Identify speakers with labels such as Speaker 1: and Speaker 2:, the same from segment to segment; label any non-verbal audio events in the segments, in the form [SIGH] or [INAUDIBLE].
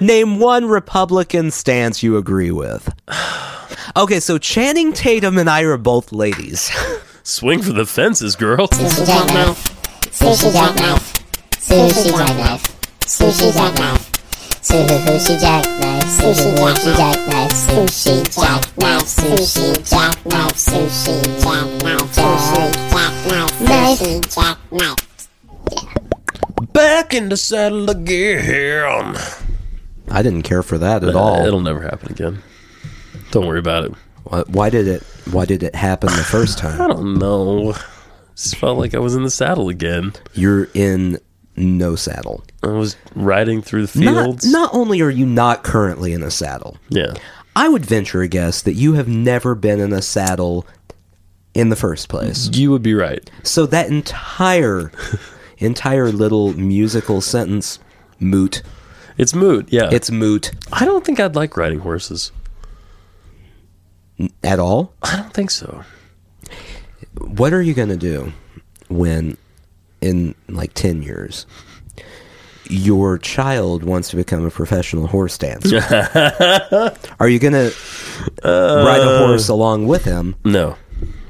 Speaker 1: Name one Republican stance you agree with. [SIGHS] Okay, so Channing Tatum and I are both ladies. [LAUGHS]
Speaker 2: Swing for the fences, girl.
Speaker 3: Sushi jackknife. Sushi jackknife. Sushi jackknife. Sushi jackknife. Sushi jackknife. Sushi jackknife. Sushi jackknife. Sushi jackknife. Sushi jackknife. Sushi jackknife. Sushi jackknife.
Speaker 2: Back in the saddle again.
Speaker 1: I didn't care for that at
Speaker 2: Uh,
Speaker 1: all.
Speaker 2: it'll never happen again. Don't worry about it.
Speaker 1: Why- Why did it? Why did it happen the
Speaker 2: [SIGHS]
Speaker 1: first
Speaker 2: I
Speaker 1: time?
Speaker 2: don't know. Just felt like I was in the saddle again.
Speaker 1: You're in no saddle.
Speaker 2: I was riding through the
Speaker 1: Not,
Speaker 2: fields.
Speaker 1: not only are you not currently in a saddle,
Speaker 2: Yeah.
Speaker 1: I would venture a guess that you have never been in a saddle in the first place.
Speaker 2: You would be right.
Speaker 1: So that
Speaker 2: [LAUGHS]
Speaker 1: entire, entire little musical sentence, moot.
Speaker 2: It's moot. Yeah.
Speaker 1: It's moot
Speaker 2: I don't think I'd like riding horses.
Speaker 1: at all.
Speaker 2: I don't think so.
Speaker 1: What are you going to do when, in like 10 years, your child wants to become a professional horse dancer? are you going to ride a horse along with him
Speaker 2: No.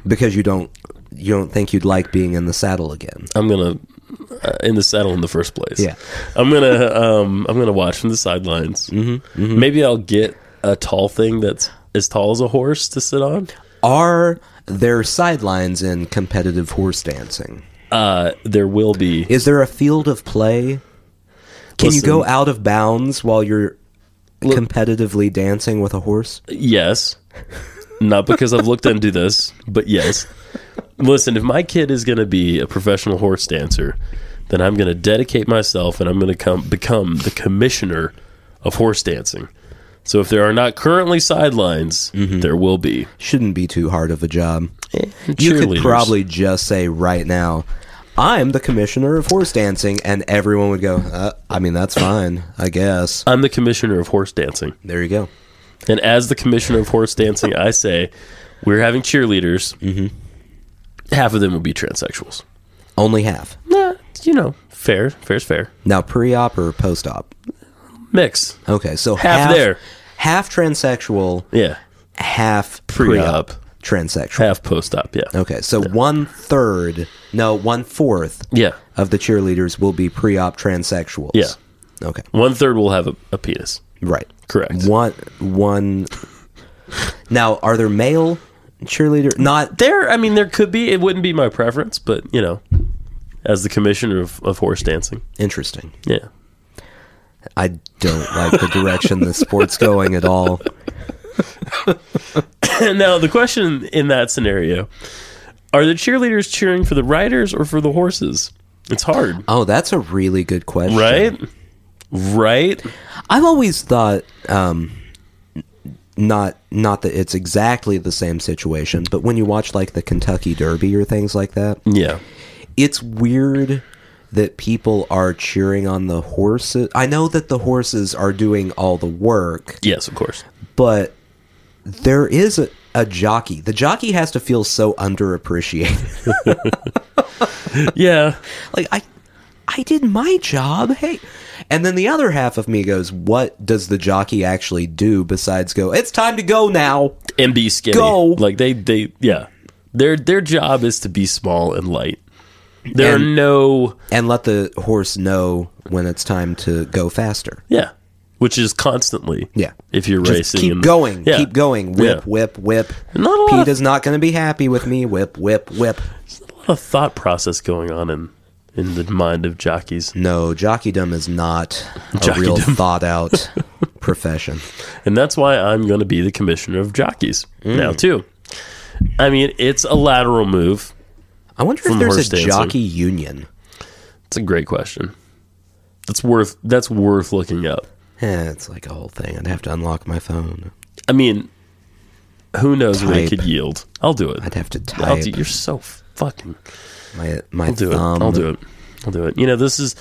Speaker 1: because you don't you don't think you'd like being in the saddle again?
Speaker 2: I'm gonna uh, in the saddle in the first place.
Speaker 1: Yeah.
Speaker 2: I'm gonna um, I'm gonna watch from the sidelines. Mm-hmm, Maybe I'll get a tall thing that's as tall as a horse to sit on.
Speaker 1: Are there sidelines in competitive horse dancing?
Speaker 2: Uh, there will be.
Speaker 1: Is there a field of play? Can you
Speaker 2: Listen.
Speaker 1: go out of bounds while you're competitively dancing with a horse?
Speaker 2: Yes. Not because I've looked into this, but yes. Listen, if my kid is going to be a professional horse dancer, then I'm going to dedicate myself and I'm going to come become the commissioner of horse dancing. So if there are not currently sidelines, there will be.
Speaker 1: Shouldn't be too hard of a job. You could
Speaker 2: Cheerleaders.
Speaker 1: probably just say right now, I'm the commissioner of horse dancing, and everyone would go, uh, I mean, that's fine, I guess.
Speaker 2: I'm the commissioner of horse dancing.
Speaker 1: There you go.
Speaker 2: And as the commissioner of horse dancing, I say we're having cheerleaders. Mm-hmm. Half of them will be transsexuals.
Speaker 1: Only half.
Speaker 2: Nah, you know, fair, fair's fair.
Speaker 1: Now, pre op or post op?
Speaker 2: Mix.
Speaker 1: Okay, so
Speaker 2: Half there.
Speaker 1: half transsexual,
Speaker 2: Yeah.
Speaker 1: half pre
Speaker 2: Pre-op.
Speaker 1: op transsexual.
Speaker 2: Half post op, yeah.
Speaker 1: Okay, so one third, no, one fourth
Speaker 2: Yeah.
Speaker 1: of the cheerleaders will be pre op transsexuals.
Speaker 2: Yeah.
Speaker 1: Okay.
Speaker 2: One third will have a, a penis.
Speaker 1: Right.
Speaker 2: Correct.
Speaker 1: One one Now, are there male cheerleader not
Speaker 2: There, I mean, there could be. It wouldn't be my preference, but, you know, as the commissioner of, of horse dancing.
Speaker 1: interesting.
Speaker 2: Yeah. [LAUGHS]
Speaker 1: I don't like the direction the sport's going at all.
Speaker 2: now, the question in that scenario are the cheerleaders cheering for the riders or for the horses? It's hard,
Speaker 1: Oh, that's a really good question.
Speaker 2: right? Right?
Speaker 1: I've always thought um n- not not that it's exactly the same situation, but when you watch like the Kentucky Derby or things like that,
Speaker 2: Yeah.
Speaker 1: it's weird that people are cheering on the horses. I know that the horses are doing all the work,
Speaker 2: Yes, of course.
Speaker 1: but there is a, a jockey. The jockey has to feel so underappreciated. [LAUGHS]
Speaker 2: Yeah.
Speaker 1: like I I did my job. Hey. And then the other half of me goes, what does the jockey actually do besides go, it's time to go now?
Speaker 2: And be skinny.
Speaker 1: Go.
Speaker 2: Like they they yeah. Their their job is to be small and light. There are
Speaker 1: And-
Speaker 2: no
Speaker 1: And let the horse know when it's time to go faster.
Speaker 2: yeah. Which is constantly.
Speaker 1: Yeah.
Speaker 2: If you're
Speaker 1: Just
Speaker 2: racing
Speaker 1: keep
Speaker 2: and-
Speaker 1: going,
Speaker 2: Yeah.
Speaker 1: keep going. Whip,
Speaker 2: Yeah.
Speaker 1: whip, whip.
Speaker 2: Not a lot of-
Speaker 1: Pete is not going to be happy with me. Whip, whip, whip.
Speaker 2: a thought process going on in in the mind of jockeys,
Speaker 1: No, jockeydom is not a real
Speaker 2: Jockeydom.
Speaker 1: thought out [LAUGHS] profession.
Speaker 2: and that's why I'm going to be the commissioner of jockeys
Speaker 1: Mm.
Speaker 2: now too. I mean, it's a lateral move.
Speaker 1: I wonder
Speaker 2: From
Speaker 1: if there's
Speaker 2: horse
Speaker 1: a
Speaker 2: dancing.
Speaker 1: jockey union.
Speaker 2: It's a great question. That's worth that's worth looking up.
Speaker 1: Eh, it's like a whole thing. I'd have to unlock my phone.
Speaker 2: I mean, who knows what it
Speaker 1: Type.
Speaker 2: could yield? I'll do it.
Speaker 1: I'd have to
Speaker 2: I'll
Speaker 1: type
Speaker 2: do, you're so fucking.
Speaker 1: my my
Speaker 2: I'll do
Speaker 1: thumb.
Speaker 2: it. I'll do it. I'll do it. You know, this is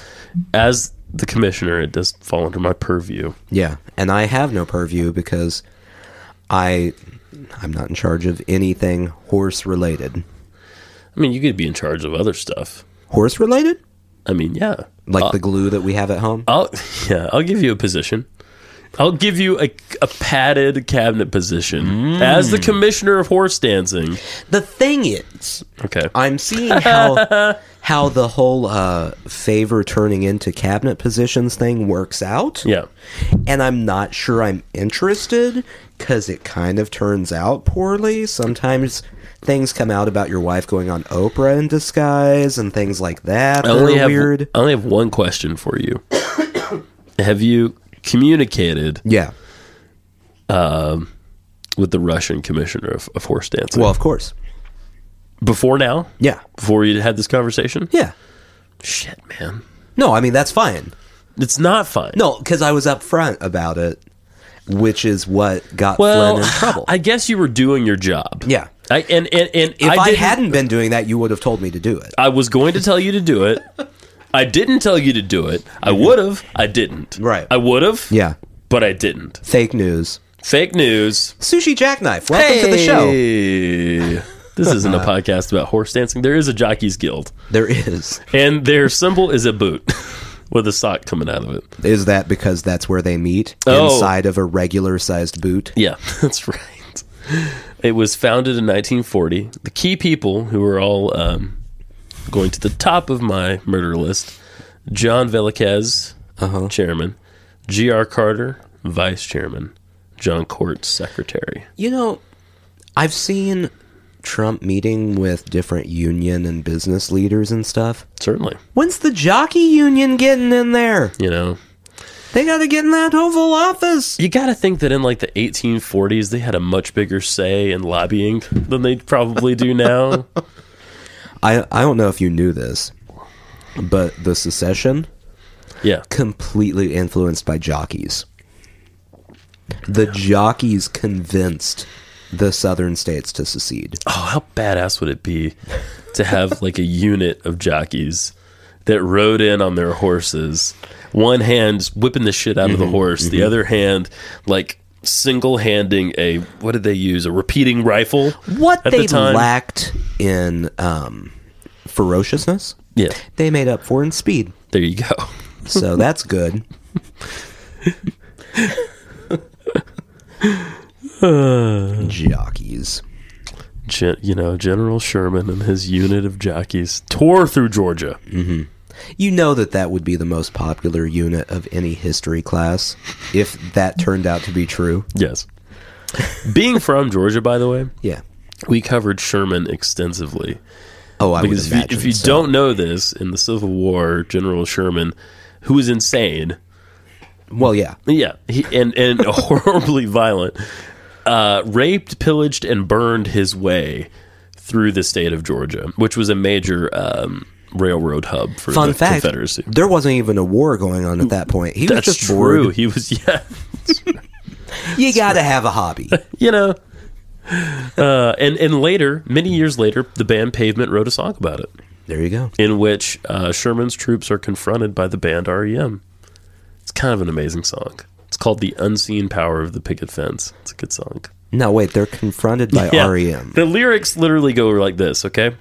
Speaker 2: as the commissioner, it does fall under my purview.
Speaker 1: Yeah, and I have no purview because I I'm not in charge of anything horse related.
Speaker 2: I mean, you could be in charge of other stuff.
Speaker 1: Horse related?
Speaker 2: I mean, yeah, Uh,
Speaker 1: Like the glue that we have at home?
Speaker 2: [LAUGHS] I'll yeah, I'll give you a position. I'll give you a, a padded cabinet position
Speaker 1: Mm.
Speaker 2: as the commissioner of horse dancing.
Speaker 1: The thing is,
Speaker 2: Okay.
Speaker 1: I'm seeing
Speaker 2: [LAUGHS]
Speaker 1: how how the whole uh, favor turning into cabinet positions thing works out.
Speaker 2: yeah.
Speaker 1: and I'm not sure I'm interested because it kind of turns out poorly. Sometimes things come out about your wife going on Oprah in disguise and things like that.
Speaker 2: I
Speaker 1: that
Speaker 2: only
Speaker 1: are
Speaker 2: have
Speaker 1: weird.
Speaker 2: I only have one question for
Speaker 1: [COUGHS]
Speaker 2: you. have you communicated
Speaker 1: Yeah.
Speaker 2: with the Russian commissioner of, of horse dancing?
Speaker 1: Well, of course.
Speaker 2: before now,
Speaker 1: Yeah.
Speaker 2: before you had this conversation.
Speaker 1: Yeah.
Speaker 2: Shit, man,
Speaker 1: No, I mean that's fine.
Speaker 2: it's not fine.
Speaker 1: No, because I was upfront about it, which is what got
Speaker 2: well,
Speaker 1: Flynn in trouble.
Speaker 2: I guess you were doing your job.
Speaker 1: Yeah.
Speaker 2: I and and, and
Speaker 1: if I,
Speaker 2: didn't-
Speaker 1: hadn't been doing that, you would have told me to do it.
Speaker 2: I was going to tell you to do it. I didn't tell you to do it. I would have. I didn't.
Speaker 1: Mm-hmm. Right.
Speaker 2: I would have.
Speaker 1: Yeah.
Speaker 2: But I didn't.
Speaker 1: Fake news.
Speaker 2: Fake news.
Speaker 1: Sushi Jackknife, welcome to the show.
Speaker 2: Hey. This isn't
Speaker 1: [LAUGHS]
Speaker 2: a podcast about horse dancing. There is a jockeys guild,
Speaker 1: There is.
Speaker 2: and their symbol is a boot [LAUGHS] with a sock coming out of it.
Speaker 1: Is that because that's where they meet?
Speaker 2: Oh.
Speaker 1: Inside of a regular sized boot?
Speaker 2: Yeah, [LAUGHS] that's right. It was founded in 1940. The key people who were all um, going to the top of my murder list John Velikez, chairman, G.R. Carter, vice chairman, John Court, secretary.
Speaker 1: You know, I've seen Trump meeting with different union and business leaders and stuff.
Speaker 2: Certainly.
Speaker 1: When's the jockey union getting in there?
Speaker 2: You know,
Speaker 1: They got to get in that Oval Office.
Speaker 2: you got to think that in like the 1840s, they had a much bigger say in lobbying than they probably do now.
Speaker 1: I, I don't know if you knew this, but the secession
Speaker 2: yeah.
Speaker 1: completely influenced by jockeys. The jockeys convinced the southern states to secede.
Speaker 2: Oh, how badass would it be to have like a unit of jockeys that rode in on their horses, one hand whipping the shit out of the horse, the other hand like single handing a what did they use? A repeating rifle?
Speaker 1: What
Speaker 2: At the
Speaker 1: they
Speaker 2: time-
Speaker 1: lacked in um, ferociousness,
Speaker 2: Yeah.
Speaker 1: they made up for in speed.
Speaker 2: There you go. [LAUGHS]
Speaker 1: So that's good.
Speaker 2: [SIGHS]
Speaker 1: Jockeys.
Speaker 2: Gen- you know, General Sherman and his unit of jockeys tore through Georgia.
Speaker 1: You know that that would be the most popular unit of any history class if that turned out to be true.
Speaker 2: Yes. Being from Georgia, by the way,
Speaker 1: Yeah.
Speaker 2: we covered Sherman extensively.
Speaker 1: Oh, I would
Speaker 2: Because if you,
Speaker 1: imagine.
Speaker 2: if you
Speaker 1: so.
Speaker 2: don't know this, in the Civil War, General Sherman, who was insane,
Speaker 1: well, yeah,
Speaker 2: yeah, he, and and [LAUGHS] horribly violent, uh, raped, pillaged, and burned his way through the state of Georgia, which was a major um, railroad hub for
Speaker 1: fun
Speaker 2: the
Speaker 1: fact:
Speaker 2: Confederacy.
Speaker 1: there wasn't even a war going on at that point. He
Speaker 2: That's
Speaker 1: was just
Speaker 2: true.
Speaker 1: bored.
Speaker 2: He was, [LAUGHS] yeah,
Speaker 1: You gotta have a
Speaker 2: [LAUGHS]
Speaker 1: hobby.
Speaker 2: you know. Uh, and and later, many years later, the band Pavement wrote a song about it,
Speaker 1: there you go.
Speaker 2: in which uh, Sherman's troops are confronted by the band REM. It's kind of an amazing song. It's called "The Unseen Power of the Picket Fence." It's a good song.
Speaker 1: No, wait, they're confronted by E
Speaker 2: Yeah.
Speaker 1: REM.
Speaker 2: The lyrics literally go like this, okay?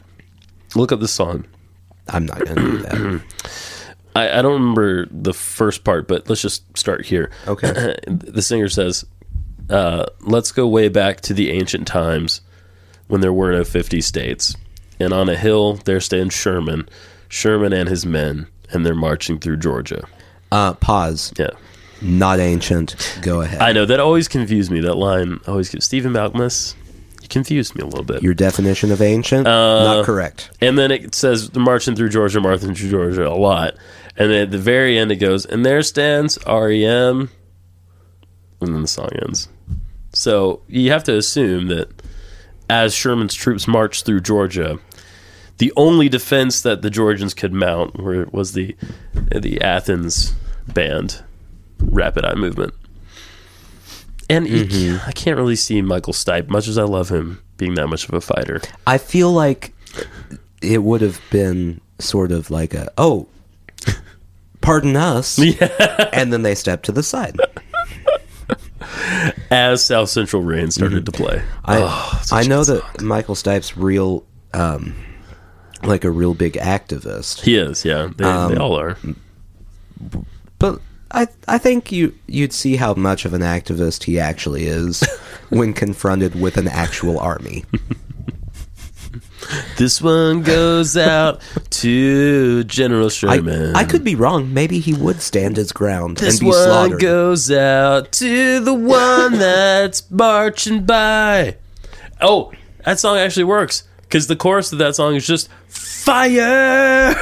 Speaker 2: Look up the song.
Speaker 1: I'm not gonna do that.
Speaker 2: I, I don't remember the first part, but let's just start here.
Speaker 1: Okay.
Speaker 2: [LAUGHS] the singer says, uh, Let's go way back to the ancient times when there were no 50 states. And on a hill, there stands Sherman, Sherman and his men, and they're marching through Georgia.
Speaker 1: Uh, pause.
Speaker 2: Yeah.
Speaker 1: Not ancient. Go ahead.
Speaker 2: I know that always confused me. That line always gets Stephen Malkmus. You confused me a little bit.
Speaker 1: Your definition of ancient?
Speaker 2: Uh,
Speaker 1: not correct.
Speaker 2: And then it says they're marching through Georgia, marching through Georgia a lot. And then at the very end, it goes, and there stands REM. And then the song ends. So you have to assume that as Sherman's troops marched through Georgia, the only defense that the Georgians could mount were, was the the Athens band rapid eye movement. And you can't- I can't really see Michael Stipe, much as I love him, being that much of a fighter.
Speaker 1: I feel like it would have been sort of like a, oh, pardon
Speaker 2: [LAUGHS]
Speaker 1: us. And then they step to the side.
Speaker 2: as South Central Rain started to play.
Speaker 1: Mm-hmm. I,
Speaker 2: Oh, such
Speaker 1: I
Speaker 2: a
Speaker 1: know
Speaker 2: good
Speaker 1: that Michael Stipe's real, um, like a real big activist,
Speaker 2: He is, yeah. They, they all are.
Speaker 1: but I I think you you'd see how much of an activist he actually
Speaker 2: [LAUGHS]
Speaker 1: is when confronted with an actual army.
Speaker 2: This one goes out to
Speaker 1: [LAUGHS]
Speaker 2: General
Speaker 1: I,
Speaker 2: Sherman.
Speaker 1: I could be wrong. Maybe he would stand his ground and
Speaker 2: This
Speaker 1: be
Speaker 2: one
Speaker 1: slaughtered.
Speaker 2: goes out to
Speaker 1: [LAUGHS]
Speaker 2: the one that's marching by. Oh, that song actually works because the chorus of that song is just fire.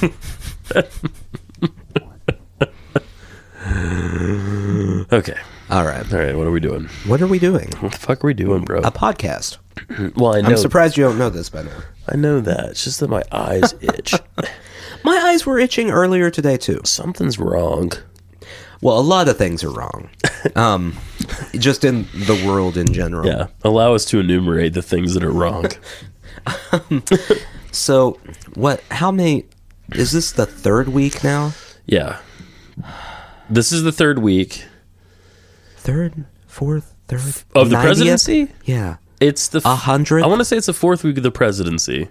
Speaker 2: [LAUGHS] okay.
Speaker 1: All right.
Speaker 2: All right. What are we doing?
Speaker 1: What are we doing?
Speaker 2: What the fuck are we doing, bro?
Speaker 1: A podcast.
Speaker 2: well, I know.
Speaker 1: I'm surprised you don't know this by now.
Speaker 2: I know that. It's just that my [LAUGHS] eyes itch.
Speaker 1: My eyes were itching earlier today too.
Speaker 2: Something's wrong.
Speaker 1: Well, a lot of things are
Speaker 2: [LAUGHS]
Speaker 1: wrong. Um, just in the world in general.
Speaker 2: Yeah. Allow us to enumerate the things that are wrong.
Speaker 1: So, what? How many? Is this the third week now?
Speaker 2: [LAUGHS] yeah. This is the third week.
Speaker 1: Third, fourth, third
Speaker 2: Of the
Speaker 1: 90th?
Speaker 2: presidency?
Speaker 1: Yeah,
Speaker 2: It's the f-
Speaker 1: a hundred.
Speaker 2: I want to say it's the fourth week of the presidency.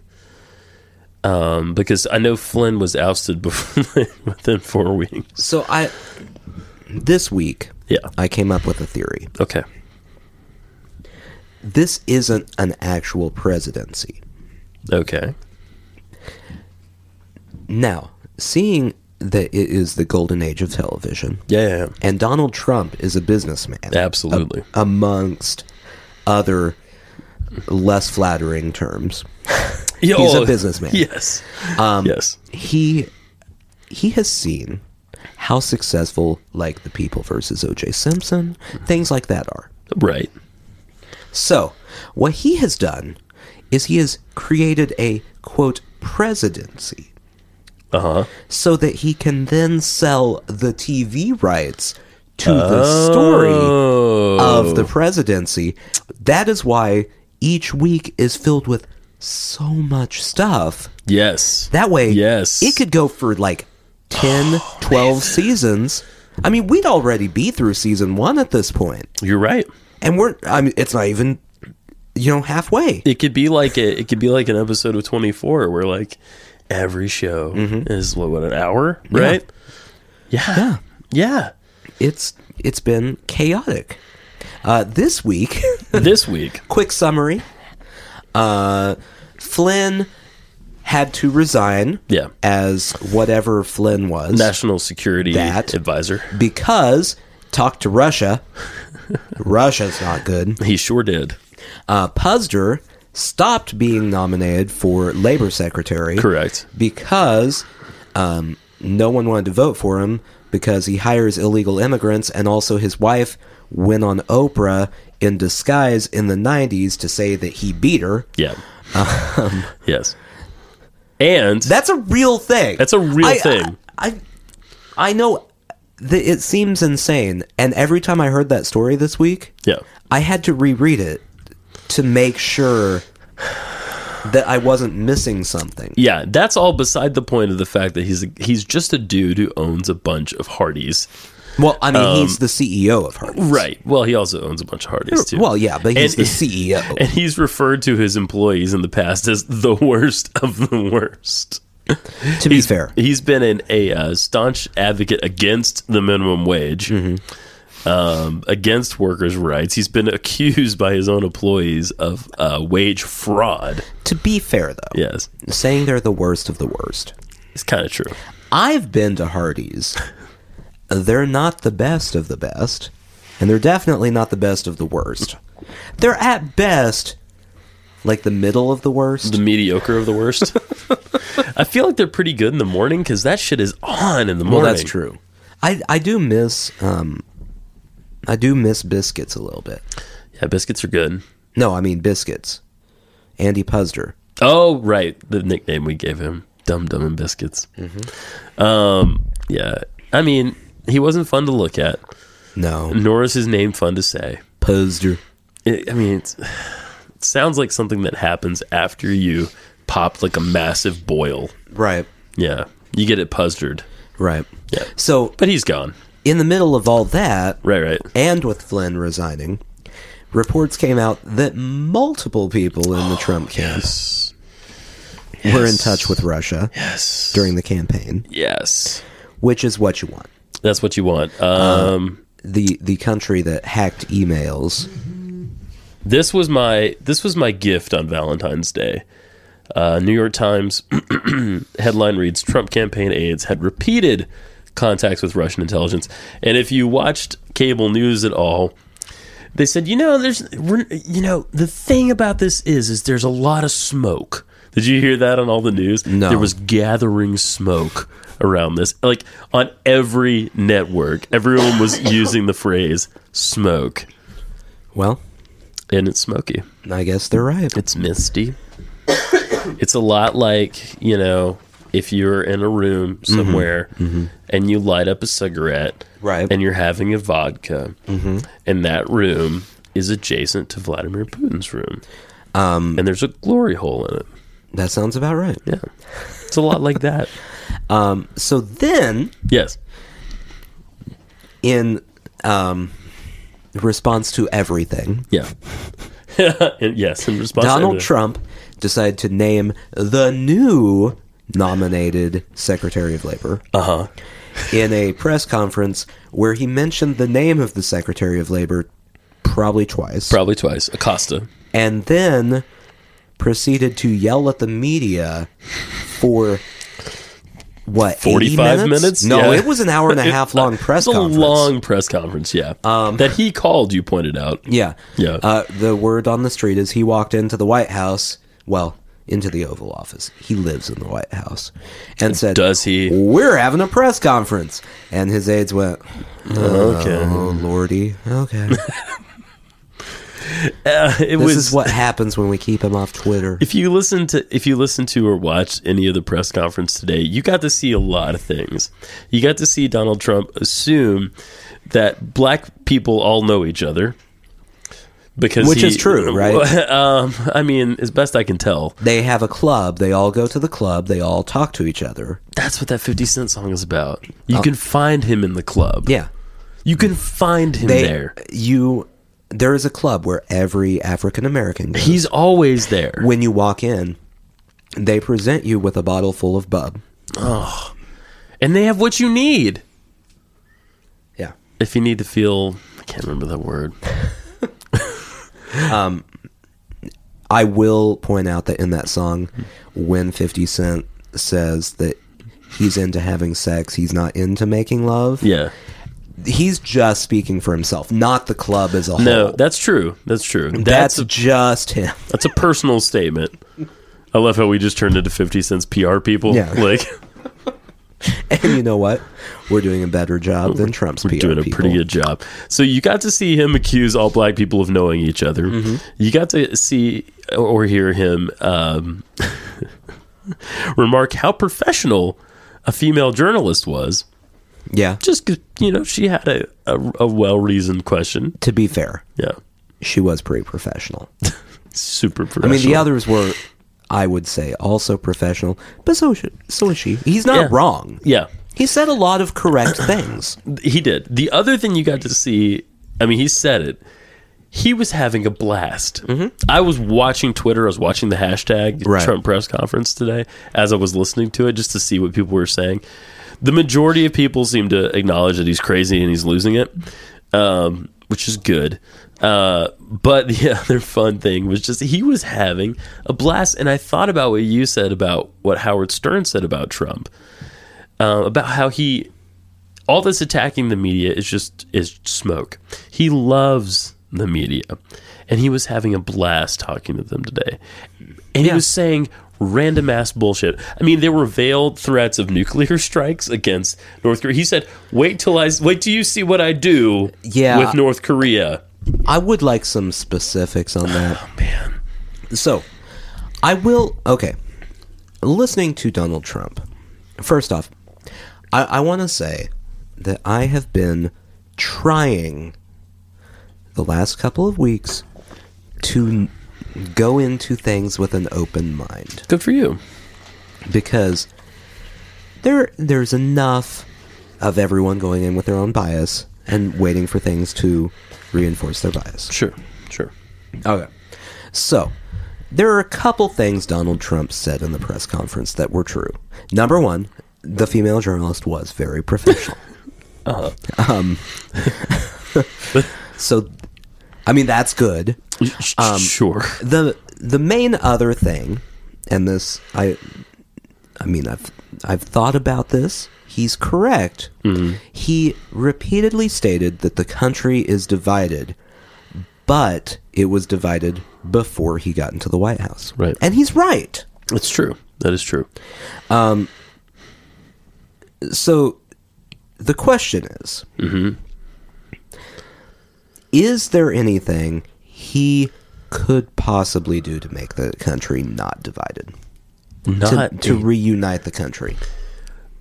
Speaker 2: Um, because I know Flynn was ousted [LAUGHS] before, within four weeks.
Speaker 1: so I this week
Speaker 2: Yeah.
Speaker 1: I came up with a theory.
Speaker 2: Okay.
Speaker 1: This isn't an actual presidency.
Speaker 2: Okay.
Speaker 1: Now, seeing that it is the golden age of television,
Speaker 2: Yeah. yeah, yeah.
Speaker 1: and Donald Trump is a businessman,
Speaker 2: Absolutely.
Speaker 1: amongst other less flattering terms.
Speaker 2: Yeah,
Speaker 1: he's a
Speaker 2: oh,
Speaker 1: businessman.
Speaker 2: [LAUGHS] Yes. yes.
Speaker 1: he he has seen how successful like the people versus oj simpson things like that are
Speaker 2: Right.
Speaker 1: so what he has done is he has created a quote presidency
Speaker 2: Uh huh.
Speaker 1: so that he can then sell the tv rights to the story of the presidency that is why each week is filled with so much stuff
Speaker 2: Yes.
Speaker 1: That way,
Speaker 2: Yes.
Speaker 1: it could go for like 10, 12 seasons. I mean, we'd already be through season one at this point,
Speaker 2: You're right.
Speaker 1: and we're. I mean, it's not even, you know, halfway.
Speaker 2: It could be like a, it could be like an episode of 24 where like every show
Speaker 1: Mm-hmm.
Speaker 2: is what, what an hour, right? Yeah. Yeah.
Speaker 1: It's it's been chaotic. Uh, this week, [LAUGHS]
Speaker 2: this week.
Speaker 1: quick summary: uh, Flynn had to resign.
Speaker 2: Yeah.
Speaker 1: as whatever Flynn was
Speaker 2: National security
Speaker 1: That.
Speaker 2: advisor.
Speaker 1: because talked to Russia. Russia's not good.
Speaker 2: He sure did.
Speaker 1: uh, Puzder stopped being nominated for labor secretary.
Speaker 2: Correct.
Speaker 1: Because um, no one wanted to vote for him because he hires illegal immigrants, and also his wife went on Oprah in disguise in the 90s to say that he beat her.
Speaker 2: Yeah.
Speaker 1: Um,
Speaker 2: yes. And
Speaker 1: That's a real thing.
Speaker 2: That's a real
Speaker 1: I-
Speaker 2: thing.
Speaker 1: I, I, I know that it seems insane, and every time I heard that story this week,
Speaker 2: yeah.
Speaker 1: I had to reread it to make sure that I wasn't missing something.
Speaker 2: Yeah, that's all beside the point of the fact that he's a, he's just a dude who owns a bunch of Hardee's.
Speaker 1: Well, I mean, he's the CEO of Hardee's.
Speaker 2: Um, Right. Well, he also owns a bunch of Hardee's too.
Speaker 1: Well, yeah, but he's
Speaker 2: And-
Speaker 1: [LAUGHS]
Speaker 2: [LAUGHS]
Speaker 1: the E CEO.
Speaker 2: And he's referred to his employees in the past as the worst of the worst.
Speaker 1: to be fair,
Speaker 2: He's been an, a uh, staunch advocate against the minimum wage,
Speaker 1: Mm-hmm.
Speaker 2: um, against workers' rights. He's been [LAUGHS] accused by his own employees of uh, wage fraud.
Speaker 1: to be fair though,
Speaker 2: Yes,
Speaker 1: saying they're the worst of the worst.
Speaker 2: it's kind of true.
Speaker 1: I've been to Hardee's. They're not the best of the best, and they're definitely not the best of the worst. They're at best like the middle of the worst.
Speaker 2: The mediocre of
Speaker 1: [LAUGHS]
Speaker 2: the worst. I feel like they're pretty good in the morning because that shit is on in the morning.
Speaker 1: Well, that's true. I I do miss um, I do miss biscuits a little bit.
Speaker 2: Yeah, biscuits are good.
Speaker 1: No, I mean biscuits. Andy Puzder.
Speaker 2: Oh, right. The nickname we gave him, Dum Dum and Biscuits. Um, yeah. I mean, he wasn't fun to look at,
Speaker 1: No,
Speaker 2: nor is his name fun to say.
Speaker 1: Puzder.
Speaker 2: It, I mean, it's, [SIGHS] it sounds like something that happens after you pop like a massive boil.
Speaker 1: Right,
Speaker 2: Yeah. You get it puzzered.
Speaker 1: right.
Speaker 2: Yeah.
Speaker 1: So
Speaker 2: But he's gone.
Speaker 1: in the middle of all that,
Speaker 2: Right, right.
Speaker 1: and with Flynn resigning, reports came out that multiple people in the Trump camp
Speaker 2: Yes.
Speaker 1: were in touch with Russia
Speaker 2: Oh, Yes.
Speaker 1: during the campaign,
Speaker 2: Yes.
Speaker 1: which is what you want.
Speaker 2: That's what you want. Um,
Speaker 1: The the country that hacked emails.
Speaker 2: this was my this was my gift on Valentine's Day. Uh, New York Times [CLEARS THROAT] headline reads: Trump campaign aides had repeated contacts with Russian intelligence. And if you watched cable news at all, they said, you know, there's, we're, you know, the thing about this is, is there's a lot of smoke. Did you hear that on all the news?
Speaker 1: No.
Speaker 2: There was gathering smoke around this. Like on every network, everyone was using the phrase smoke,
Speaker 1: Well,
Speaker 2: and it's smoky.
Speaker 1: I guess they're right.
Speaker 2: It's misty. it's a lot like, you know, if you're in a room
Speaker 1: Mm-hmm.
Speaker 2: somewhere and you light up a cigarette
Speaker 1: Right. Mm-hmm.
Speaker 2: and you're having a vodka, and that room is adjacent to Vladimir Putin's room. Um, and there's a glory hole in it.
Speaker 1: That sounds about right.
Speaker 2: Yeah. It's a
Speaker 1: [LAUGHS]
Speaker 2: lot like that.
Speaker 1: So then,
Speaker 2: Yes.
Speaker 1: in um, response to everything,
Speaker 2: Yeah. [LAUGHS] And yes. In response to
Speaker 1: Donald
Speaker 2: everything.
Speaker 1: Trump decided to name the new nominated Secretary of Labor
Speaker 2: Uh-huh.
Speaker 1: in a press conference where he mentioned the name of the Secretary of Labor probably twice,
Speaker 2: Probably twice. Acosta.
Speaker 1: and then proceeded to yell at the media for. What, 80
Speaker 2: 45
Speaker 1: minutes?
Speaker 2: minutes?
Speaker 1: No,
Speaker 2: Yeah.
Speaker 1: it was an hour
Speaker 2: [LAUGHS]
Speaker 1: and a half long press
Speaker 2: It's a
Speaker 1: conference. Um,
Speaker 2: long press conference, yeah. that he called, you pointed out.
Speaker 1: Yeah.
Speaker 2: Yeah.
Speaker 1: Uh, the word on the street is he walked into the White House, well, into the Oval Office. He lives in the White House. And said,
Speaker 2: Does he?
Speaker 1: We're having a press conference. And his aides went,
Speaker 2: Okay.
Speaker 1: Oh, Lordy. Okay.
Speaker 2: [LAUGHS] Uh, [LAUGHS]
Speaker 1: This
Speaker 2: it was
Speaker 1: is what happens when we keep him off Twitter.
Speaker 2: if you listen to if you listen to or watch any of the press conference today, you got to see a lot of things. You got to see Donald Trump assume that black people all know each other. Because
Speaker 1: Which
Speaker 2: he-
Speaker 1: is
Speaker 2: [LAUGHS]
Speaker 1: true, right?
Speaker 2: um, I mean, as best I can tell,
Speaker 1: They have a club. They all go to the club. They all talk to each other.
Speaker 2: that's what that Fifty Cent song is about. You can find him in the club.
Speaker 1: Oh. Yeah.
Speaker 2: you can find him
Speaker 1: They,
Speaker 2: there.
Speaker 1: You, there is a club where every African American goes.
Speaker 2: He's always there.
Speaker 1: when you walk in, they present you with a bottle full of bub.
Speaker 2: and they have what you need.
Speaker 1: Yeah.
Speaker 2: If you need to feel, I can't remember that word.
Speaker 1: I will point out that in that song, when 50 Cent says that he's into having sex, he's not into making love,
Speaker 2: Yeah.
Speaker 1: he's just speaking for himself, not the club as a whole.
Speaker 2: No, that's true. That's true.
Speaker 1: that's,
Speaker 2: That's a,
Speaker 1: just him. [LAUGHS]
Speaker 2: that's a personal statement. I love how we just turned into Fifty Cent's PR people.
Speaker 1: Yeah.
Speaker 2: [LAUGHS]
Speaker 1: [LAUGHS]
Speaker 2: Like
Speaker 1: And you know what? We're doing a better job than Trump's PR
Speaker 2: doing a
Speaker 1: people.
Speaker 2: pretty good job. So you got to see him accuse all black people of knowing each other.
Speaker 1: Mm-hmm.
Speaker 2: You got to see or hear him um, [LAUGHS] remark how professional a female journalist was.
Speaker 1: yeah.
Speaker 2: Just 'cause, you know, she had a, a, a well reasoned question.
Speaker 1: To be fair,
Speaker 2: Yeah,
Speaker 1: she was pretty professional.
Speaker 2: super
Speaker 1: I
Speaker 2: professional.
Speaker 1: mean, the others were, I would say, also professional, but so, sh- so is she. He's not
Speaker 2: Yeah.
Speaker 1: wrong.
Speaker 2: yeah.
Speaker 1: He said a lot of
Speaker 2: [CLEARS THROAT]
Speaker 1: correct things.
Speaker 2: He did. The other thing you got to see, I mean, he said it. He was having a blast. I was watching Twitter. I was watching the hashtag
Speaker 1: Right.
Speaker 2: Trump press conference today as I was listening to it just to see what people were saying. The majority of people seem to acknowledge that he's crazy and he's losing it, um, which is good. Uh, but the [LAUGHS] other fun thing was just he was having a blast. And I thought about what you said about what Howard Stern said about Trump, uh, about how he all this attacking the media is just is smoke. He loves the media, and he was having a blast talking to them today. And he was saying random ass bullshit. I mean, there were veiled threats of nuclear [LAUGHS] strikes against North Korea. He said, "Wait till I wait till you see what I do
Speaker 1: Yeah.
Speaker 2: with North Korea."
Speaker 1: I would like some specifics on that. Oh, man. So, I will. Okay. Listening to Donald Trump, first off, I, I want to say that I have been trying the last couple of weeks to n- go into things with an open mind
Speaker 2: Good for you.
Speaker 1: because there there's enough of everyone going in with their own bias and waiting for things to reinforce their bias.
Speaker 2: Sure, sure.
Speaker 1: Okay. So, there are a couple things Donald Trump said in the press conference that were true. Number one, the female journalist was very professional. Uh-huh. Um, [LAUGHS] So, I mean, that's good.
Speaker 2: sure.
Speaker 1: the The main other thing, and this, I, I mean, I've I've thought about this. He's correct. He repeatedly stated that the country is divided, but it was divided before he got into the White House.
Speaker 2: Right.
Speaker 1: and he's right.
Speaker 2: It's true. That is true.
Speaker 1: so the question is is there anything he could possibly do to make the country not divided
Speaker 2: Not
Speaker 1: to, to reunite the country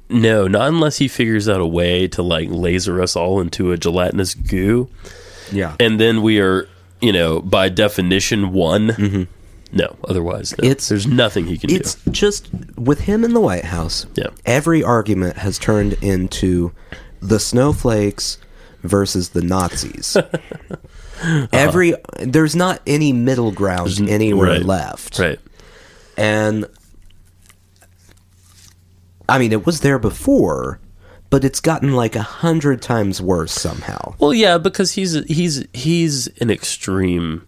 Speaker 2: No, not unless he figures out a way to like laser us all into a gelatinous goo,
Speaker 1: yeah
Speaker 2: and then we are, you know, by definition one. No, otherwise, no.
Speaker 1: Mm-hmm. It's-
Speaker 2: there's nothing he can
Speaker 1: it's
Speaker 2: do.
Speaker 1: just with him in the white house
Speaker 2: Yeah.
Speaker 1: every argument has turned into the snowflakes versus the
Speaker 2: [LAUGHS]
Speaker 1: nazis
Speaker 2: Uh-huh.
Speaker 1: every there's not any middle ground anywhere
Speaker 2: right,
Speaker 1: left
Speaker 2: Right.
Speaker 1: and I mean, it was there before, but it's gotten like a hundred times worse somehow.
Speaker 2: Well, yeah, because he's he's he's an extreme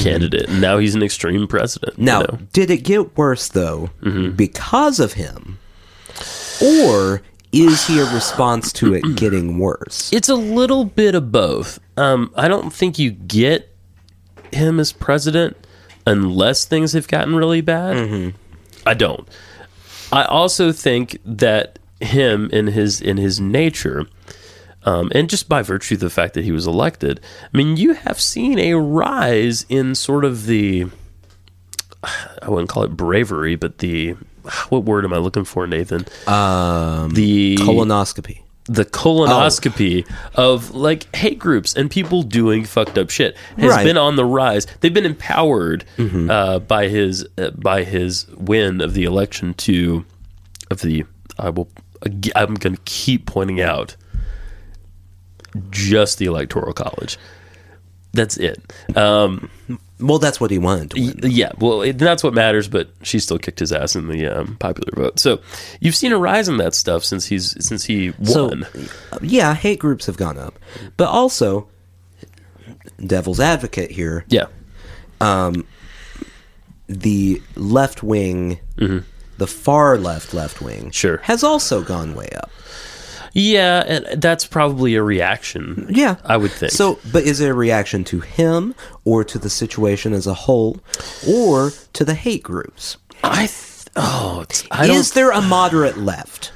Speaker 2: candidate, and now he's an extreme president.
Speaker 1: Mm-hmm.
Speaker 2: you
Speaker 1: Now,
Speaker 2: know? Mm-hmm.
Speaker 1: did it get worse though because of him, or is he a response to
Speaker 2: [CLEARS THROAT]
Speaker 1: it getting worse?
Speaker 2: It's a little bit of both. Um, I don't think you get him as president unless things have gotten really bad. I don't. I also think that him in his in his nature, um, and just by virtue of the fact that he was elected, I mean, you have seen a rise in sort of the I wouldn't call it bravery, but the what word am I looking for, Nathan? Um, the
Speaker 1: Colonoscopy.
Speaker 2: the colonoscopy
Speaker 1: Oh.
Speaker 2: of like hate groups and people doing fucked up shit has
Speaker 1: Right. Mm-hmm.
Speaker 2: been on the rise. They've been empowered uh, by his uh, by his win of the election to of the I will ag- I'm going to keep pointing out just the electoral college. That's it. Um,
Speaker 1: Well, that's what he wanted. To
Speaker 2: y-
Speaker 1: win.
Speaker 2: yeah, well, it, that's what matters. But she still kicked his ass in the um, popular vote. So you've seen a rise in that stuff since he's since he
Speaker 1: So,
Speaker 2: won.
Speaker 1: uh, yeah, hate groups have gone up, but also, devil's advocate here,
Speaker 2: yeah.
Speaker 1: the left wing, the far left left wing,
Speaker 2: Mm-hmm. Sure.
Speaker 1: has also gone way up.
Speaker 2: Yeah, and that's probably a reaction.
Speaker 1: Yeah,
Speaker 2: I would think.
Speaker 1: So, but is it a reaction to him, or to the situation as a whole, or to the hate groups?
Speaker 2: I th- oh, it's- I don't.
Speaker 1: is there a moderate left?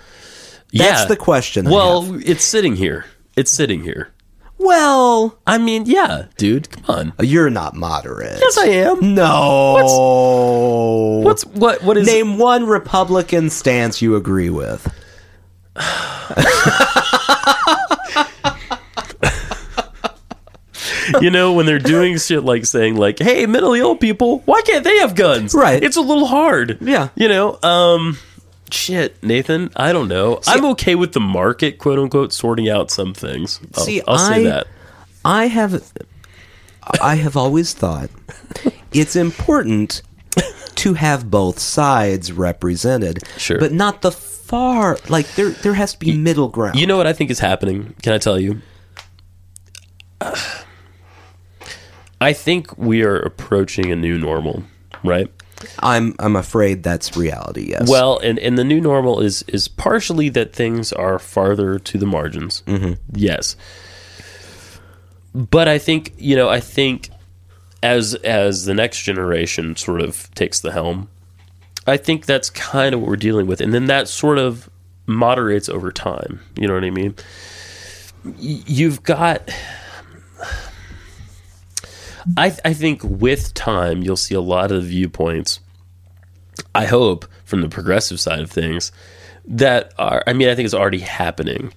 Speaker 1: that's the question I
Speaker 2: Well, it's sitting here. It's sitting here.
Speaker 1: Well,
Speaker 2: I mean, yeah, dude, come on.
Speaker 1: Uh, you're not moderate.
Speaker 2: Yes, I am.
Speaker 1: No.
Speaker 2: What's what? What is?
Speaker 1: Name one Republican stance you agree with.
Speaker 2: You know, when
Speaker 1: [LAUGHS]
Speaker 2: they're doing shit like saying like, "Hey, mentally ill people, why can't they have guns?"
Speaker 1: Right.
Speaker 2: It's a little hard.
Speaker 1: Yeah.
Speaker 2: You know. Um. Shit, Nathan. I don't know. I'm okay with the market, quote unquote, sorting out some things. I'll,
Speaker 1: See,
Speaker 2: I'll say
Speaker 1: I-
Speaker 2: that.
Speaker 1: I have I have always thought it's important to have both sides represented.
Speaker 2: Sure.
Speaker 1: But not the far like there there has to be middle ground.
Speaker 2: You know what I think is happening? Can I tell you? I think we are approaching a new normal, right?
Speaker 1: I'm I'm afraid that's reality, yes.
Speaker 2: Well, and, and the new normal is is partially that things are farther to the margins. Mm-hmm. Yes, but I think you know I think as as the next generation sort of takes the helm, I think that's kind of what we're dealing with, and then that sort of moderates over time. You know what I mean? Y- You've got. I, I think with time you'll see a lot of viewpoints I hope from the progressive side of things that are I mean I think it's already happening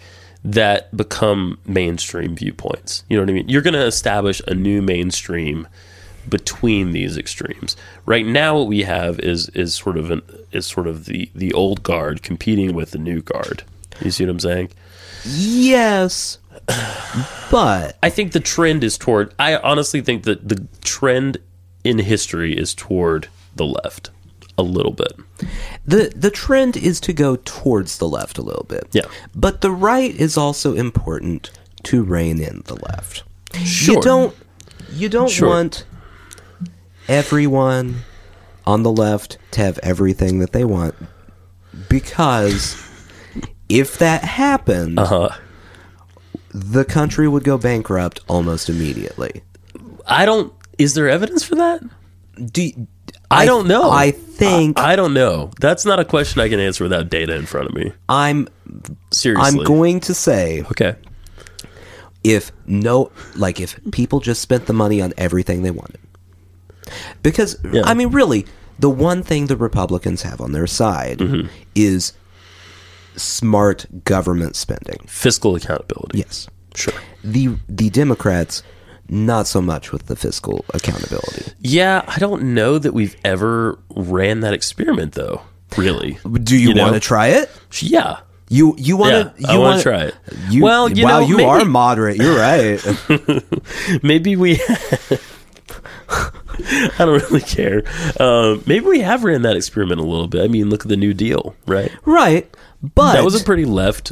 Speaker 2: that become mainstream viewpoints. You know what I mean? You're going to establish a new mainstream between these extremes. Right now what we have is is sort of an is sort of the the old guard competing with the new guard. You see what I'm saying?
Speaker 1: yes. But
Speaker 2: I think the trend is toward I honestly think that the trend in history is toward the left. a little bit.
Speaker 1: the the trend is to go towards the left a little bit.
Speaker 2: Yeah.
Speaker 1: But the right is also important to rein in the left.
Speaker 2: Sure.
Speaker 1: You don't you don't
Speaker 2: Sure.
Speaker 1: want everyone on the left to have everything that they want because if that happened,
Speaker 2: Uh,
Speaker 1: the country would go bankrupt almost immediately.
Speaker 2: I don't. Is there evidence for that?
Speaker 1: Do you-
Speaker 2: I don't know.
Speaker 1: I think
Speaker 2: I don't know. That's not a question I can answer without data in front of me.
Speaker 1: I'm
Speaker 2: Seriously.
Speaker 1: I'm going to say
Speaker 2: Okay.
Speaker 1: if no like if people just spent the money on everything they wanted because
Speaker 2: Yeah.
Speaker 1: i mean really the one thing the republicans have on their side
Speaker 2: Mm-hmm.
Speaker 1: is smart government spending
Speaker 2: Fiscal accountability.
Speaker 1: yes
Speaker 2: Sure.
Speaker 1: the the democrats not so much with the fiscal accountability
Speaker 2: Yeah, I don't know that we've ever ran that experiment though. Really?
Speaker 1: do you,
Speaker 2: You know?
Speaker 1: want to try it
Speaker 2: Yeah.
Speaker 1: you you want to
Speaker 2: Yeah, I
Speaker 1: you
Speaker 2: wanna
Speaker 1: want to
Speaker 2: try it.
Speaker 1: you,
Speaker 2: Well, you
Speaker 1: wow,
Speaker 2: know,
Speaker 1: you
Speaker 2: maybe-
Speaker 1: are moderate you're
Speaker 2: [LAUGHS]
Speaker 1: right
Speaker 2: Maybe we. [LAUGHS] I don't really care. Um, maybe we have ran that experiment a little bit. I mean, look at the New Deal, right?
Speaker 1: right but
Speaker 2: That was a pretty left.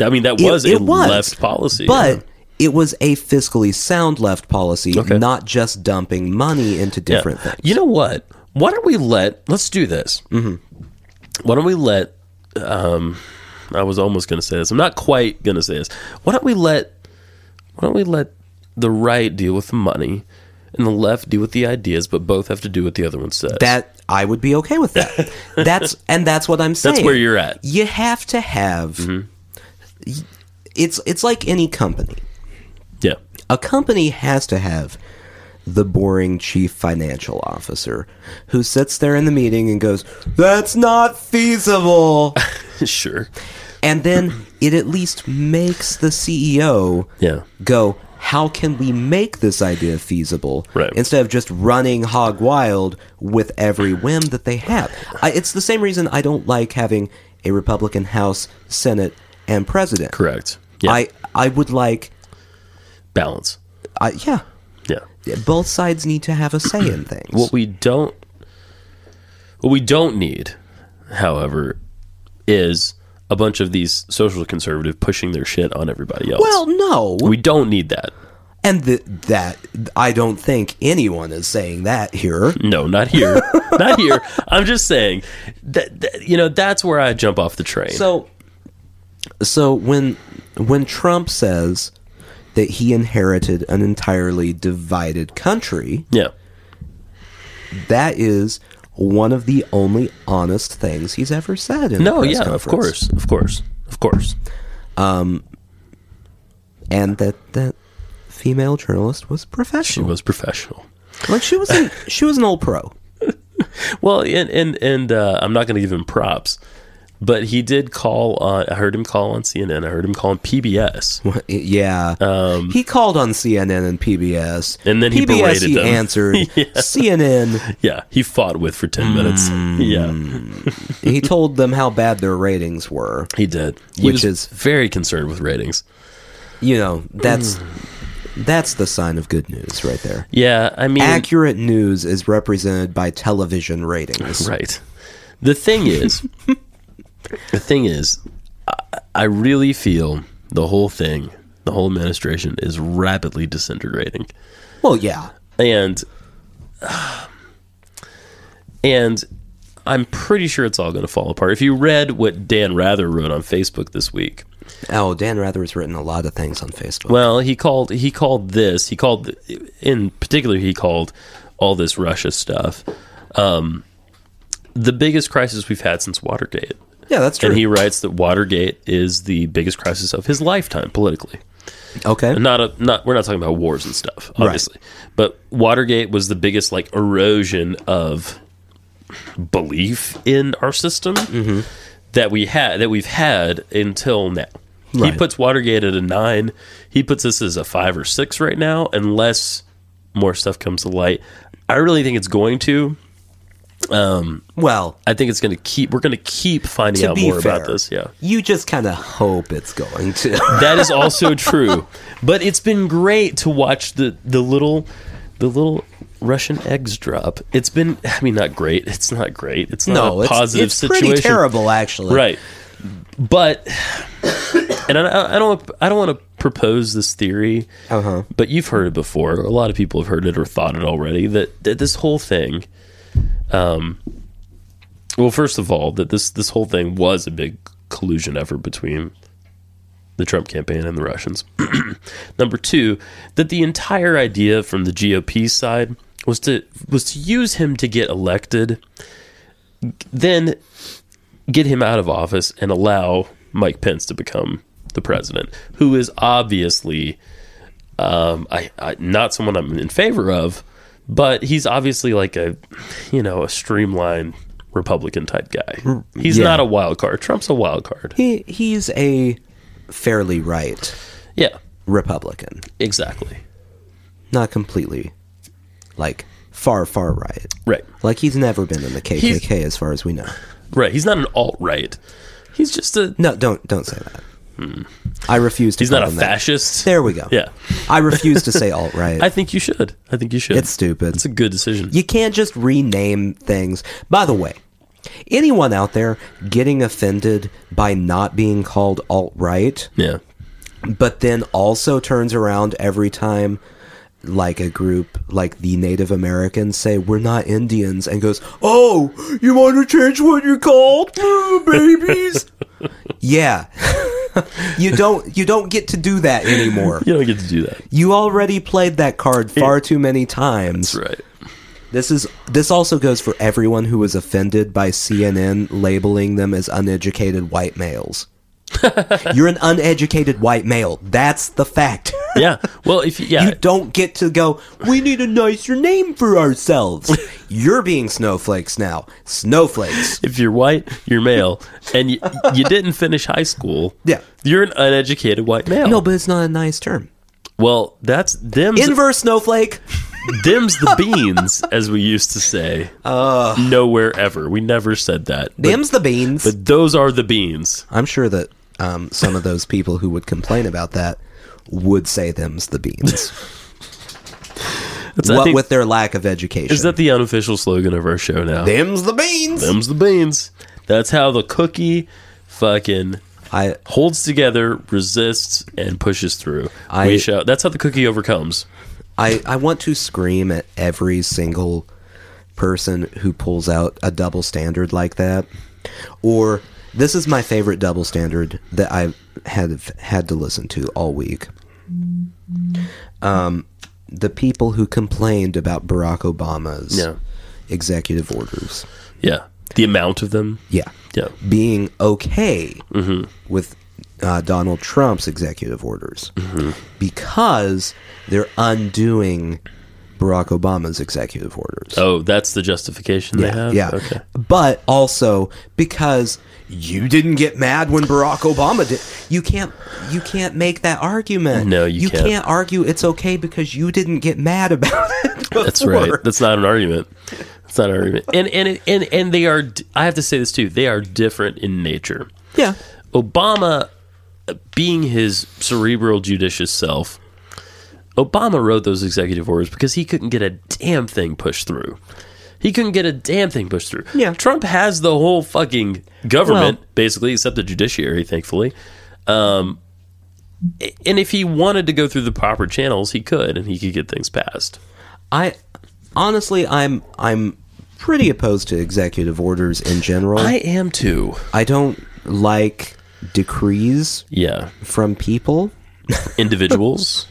Speaker 2: I mean, that
Speaker 1: It-
Speaker 2: was
Speaker 1: it
Speaker 2: a
Speaker 1: was,
Speaker 2: left policy.
Speaker 1: But it was a fiscally sound left policy,
Speaker 2: Okay.
Speaker 1: not just dumping money into
Speaker 2: Yeah.
Speaker 1: different things.
Speaker 2: You know what? Why don't we let? Let's do this. Mm-hmm. Why don't we let? Um, I was almost going to say this. I'm not quite going to say this. Why don't we let? Why don't we let the right deal with the money, and the left deal with the ideas, but both have to do what the other one says.
Speaker 1: That I would be okay with
Speaker 2: [LAUGHS]
Speaker 1: that. that's and that's what I'm saying.
Speaker 2: That's where you're at. Mm-hmm.
Speaker 1: You have to have. It's it's like any company.
Speaker 2: Yeah. [LAUGHS]
Speaker 1: A company has to have the boring chief financial officer who sits there in the meeting and goes, "That's not feasible."
Speaker 2: sure.
Speaker 1: and then it at least makes the CEO
Speaker 2: Yeah.
Speaker 1: go, how can we make this idea feasible
Speaker 2: Right.
Speaker 1: instead of just running hog wild with every whim that they have? I, it's the same reason I don't like having a Republican House, Senate, and President.
Speaker 2: Correct. Yeah.
Speaker 1: I I would like,
Speaker 2: balance.
Speaker 1: I, yeah,
Speaker 2: Yeah.
Speaker 1: both sides need to have a say
Speaker 2: [CLEARS THROAT]
Speaker 1: in things.
Speaker 2: What we don't what we don't need, however, is a bunch of these social conservative pushing their shit on everybody else.
Speaker 1: well, no,
Speaker 2: we don't need that.
Speaker 1: and th- that I don't think anyone is saying that here.
Speaker 2: No, not here.
Speaker 1: [LAUGHS]
Speaker 2: not here. I'm just saying that, that you know that's where I jump off the train.
Speaker 1: So, so when when Trump says that he inherited an entirely divided country,
Speaker 2: yeah.
Speaker 1: that is one of the only honest things he's ever said. In a
Speaker 2: No,
Speaker 1: press
Speaker 2: yeah,
Speaker 1: conference.
Speaker 2: of course. Of course. Of course.
Speaker 1: and that that female journalist was
Speaker 2: She
Speaker 1: professional.
Speaker 2: was professional.
Speaker 1: like she was,
Speaker 2: [LAUGHS]
Speaker 1: an, she was an old pro. [LAUGHS]
Speaker 2: Well, and and and uh, I'm not going to give him props, but he did call on. I heard him call on CNN. I heard him call on PBS.
Speaker 1: Yeah, he called on CNN and PBS,
Speaker 2: Um, And then he
Speaker 1: PBS
Speaker 2: berated
Speaker 1: he
Speaker 2: them. [LAUGHS]
Speaker 1: answered CNN.
Speaker 2: Yeah, he fought with for ten minutes. Yeah,
Speaker 1: He told them how bad their ratings were.
Speaker 2: he did. He
Speaker 1: Which
Speaker 2: was
Speaker 1: is-
Speaker 2: very concerned with ratings.
Speaker 1: you know that's that's the sign of good news right there
Speaker 2: Yeah, I mean,
Speaker 1: accurate news is represented by television
Speaker 2: [LAUGHS]
Speaker 1: ratings
Speaker 2: right. The thing is, [LAUGHS] the thing is, I, I really feel the whole thing, the whole administration is rapidly disintegrating.
Speaker 1: well yeah
Speaker 2: and [SIGHS] and I'm pretty sure it's all going to fall apart. If you read what Dan Rather wrote on Facebook this week,
Speaker 1: oh dan rather has written a lot of things on facebook
Speaker 2: well, he called he called this he called in particular he called all this Russia stuff um, the biggest crisis we've had since Watergate.
Speaker 1: yeah that's true
Speaker 2: And he writes that Watergate is the biggest crisis of his lifetime politically.
Speaker 1: okay
Speaker 2: not a not we're not talking about wars and stuff obviously but watergate was the biggest like erosion of belief in our system
Speaker 1: Mm-hmm.
Speaker 2: that we had that we've had until now
Speaker 1: Right.
Speaker 2: he puts watergate at a nine he puts this as a five or six right now unless more stuff comes to light i really think it's going to
Speaker 1: well
Speaker 2: i think it's going to keep we're going to keep finding
Speaker 1: to
Speaker 2: out
Speaker 1: be
Speaker 2: more
Speaker 1: fair
Speaker 2: about this yeah
Speaker 1: you just kind of hope it's going to
Speaker 2: That is also true. But it's been great to watch the the little the little Russian eggs drop. It's been, I mean, not great. It's not great. It's not
Speaker 1: No,
Speaker 2: a
Speaker 1: it's,
Speaker 2: positive
Speaker 1: it's
Speaker 2: situation.
Speaker 1: pretty terrible, actually.
Speaker 2: right? But and I, I don't, I don't want to propose this theory,
Speaker 1: Uh-huh.
Speaker 2: but you've heard it before. A lot of people have heard it or thought it already. That, that this whole thing, um, well, first of all, that this this whole thing was a big collusion effort between the Trump campaign and the Russians. [CLEARS THROAT] Number two, that the entire idea from the GOP side was to was to use him to get elected, then get him out of office and allow Mike Pence to become the president, who is obviously um, I, I not someone I'm in favor of, but he's obviously like a you know a streamlined Republican type guy. He's
Speaker 1: yeah.
Speaker 2: not a wild card. Trump's a wild card.
Speaker 1: He he's a fairly right
Speaker 2: Yeah,
Speaker 1: Republican,
Speaker 2: exactly.
Speaker 1: not completely like far far right.
Speaker 2: Right.
Speaker 1: Like he's never been in the KKK as far as we know.
Speaker 2: Right. He's not an alt right. He's just a.
Speaker 1: No, don't don't say that. I refuse to.
Speaker 2: He's not
Speaker 1: call
Speaker 2: a
Speaker 1: him that.
Speaker 2: fascist.
Speaker 1: There we go.
Speaker 2: Yeah.
Speaker 1: I refuse to say alt right.
Speaker 2: [LAUGHS] I think you should. I think you should.
Speaker 1: It's stupid.
Speaker 2: It's a good decision.
Speaker 1: You can't just rename things. By the way, anyone out there getting offended by not being called alt right,
Speaker 2: yeah.
Speaker 1: but then also turns around every time like a group like the Native Americans say we're not Indians and goes, "Oh, you want to change what you're called, Oh, babies?" yeah. [LAUGHS] you don't you don't get to do that anymore.
Speaker 2: You don't get to do that.
Speaker 1: You already played that card far too many times.
Speaker 2: That's right.
Speaker 1: This is this also goes for everyone who was offended by CNN labeling them as uneducated white
Speaker 2: [LAUGHS]
Speaker 1: males. You're an uneducated white male. That's the fact.
Speaker 2: [LAUGHS] Yeah. Well, if you, [LAUGHS] yeah,
Speaker 1: You don't get to go, we need a nicer name for
Speaker 2: [LAUGHS]
Speaker 1: ourselves. You're being snowflakes now. Snowflakes.
Speaker 2: if you're white, you're male, and you, you didn't finish high school,
Speaker 1: Yeah.
Speaker 2: you're an uneducated white male.
Speaker 1: No, but it's not a nice term.
Speaker 2: Well, that's them's
Speaker 1: Inverse snowflake. [LAUGHS]
Speaker 2: them's the beans, as we used to say. Nowhere ever. We never said that. But-
Speaker 1: Uh. Them's the beans.
Speaker 2: but those are the beans.
Speaker 1: I'm sure that um, some of those people who would complain about that would say them's the beans.
Speaker 2: [LAUGHS] That's, I
Speaker 1: what
Speaker 2: think-
Speaker 1: with their lack of education.
Speaker 2: Is that the unofficial slogan of our show now?
Speaker 1: Them's the beans.
Speaker 2: Them's the beans. That's how the cookie fucking
Speaker 1: I
Speaker 2: holds together, resists, and pushes through.
Speaker 1: I-
Speaker 2: we shall. That's how the cookie overcomes.
Speaker 1: I I want to scream at every single person who pulls out a double standard like that. Or this is my favorite double standard that I had had to listen to all week. Um, the people who complained about Barack Obama's
Speaker 2: Yeah.
Speaker 1: executive orders,
Speaker 2: Yeah, the amount of them.
Speaker 1: yeah,
Speaker 2: Yeah,
Speaker 1: being okay
Speaker 2: Mm-hmm.
Speaker 1: with uh, Donald Trump's executive orders
Speaker 2: Mm-hmm.
Speaker 1: because they're undoing Barack Obama's executive orders.
Speaker 2: Oh, that's the justification they have.
Speaker 1: Yeah.
Speaker 2: Okay.
Speaker 1: [LAUGHS] But also because you didn't get mad when Barack Obama did. You can't you can't make that argument.
Speaker 2: No, you can't.
Speaker 1: can't argue it's okay because you didn't get mad about it.
Speaker 2: [LAUGHS] That's right.
Speaker 1: before.
Speaker 2: That's not an argument. That's not an argument. And and it, and and they are. d- I have to say this too. They are different in nature.
Speaker 1: yeah.
Speaker 2: Obama, uh, being his cerebral, judicious self, Obama wrote those executive orders because he couldn't get a damn thing pushed through. He couldn't get a damn thing pushed through.
Speaker 1: Yeah.
Speaker 2: Trump has the whole fucking government,
Speaker 1: Well-
Speaker 2: basically, except the judiciary, thankfully. Um, a- and if he wanted to go through the proper channels, he could, and he could get things passed.
Speaker 1: I honestly I'm I'm pretty opposed to executive orders in general.
Speaker 2: I am too.
Speaker 1: I don't like decrees
Speaker 2: Yeah.
Speaker 1: from people.
Speaker 2: [LAUGHS] Individuals.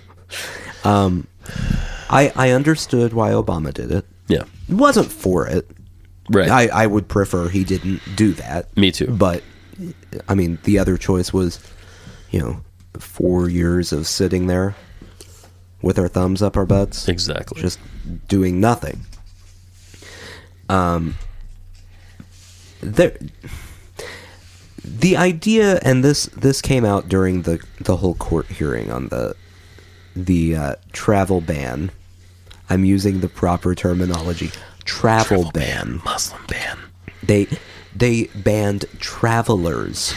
Speaker 1: I, I understood why Obama did it.
Speaker 2: yeah.
Speaker 1: It wasn't for it.
Speaker 2: Right.
Speaker 1: I, I would prefer he didn't do that.
Speaker 2: Me too.
Speaker 1: But, I mean, the other choice was, you know, four years of sitting there with our thumbs up our butts,
Speaker 2: exactly.
Speaker 1: just doing nothing. Um, there, the idea, and this this came out during the the whole court hearing on the the uh, travel ban. I'm using the proper terminology. Travel, ban
Speaker 2: Muslim ban.
Speaker 1: they they banned travelers.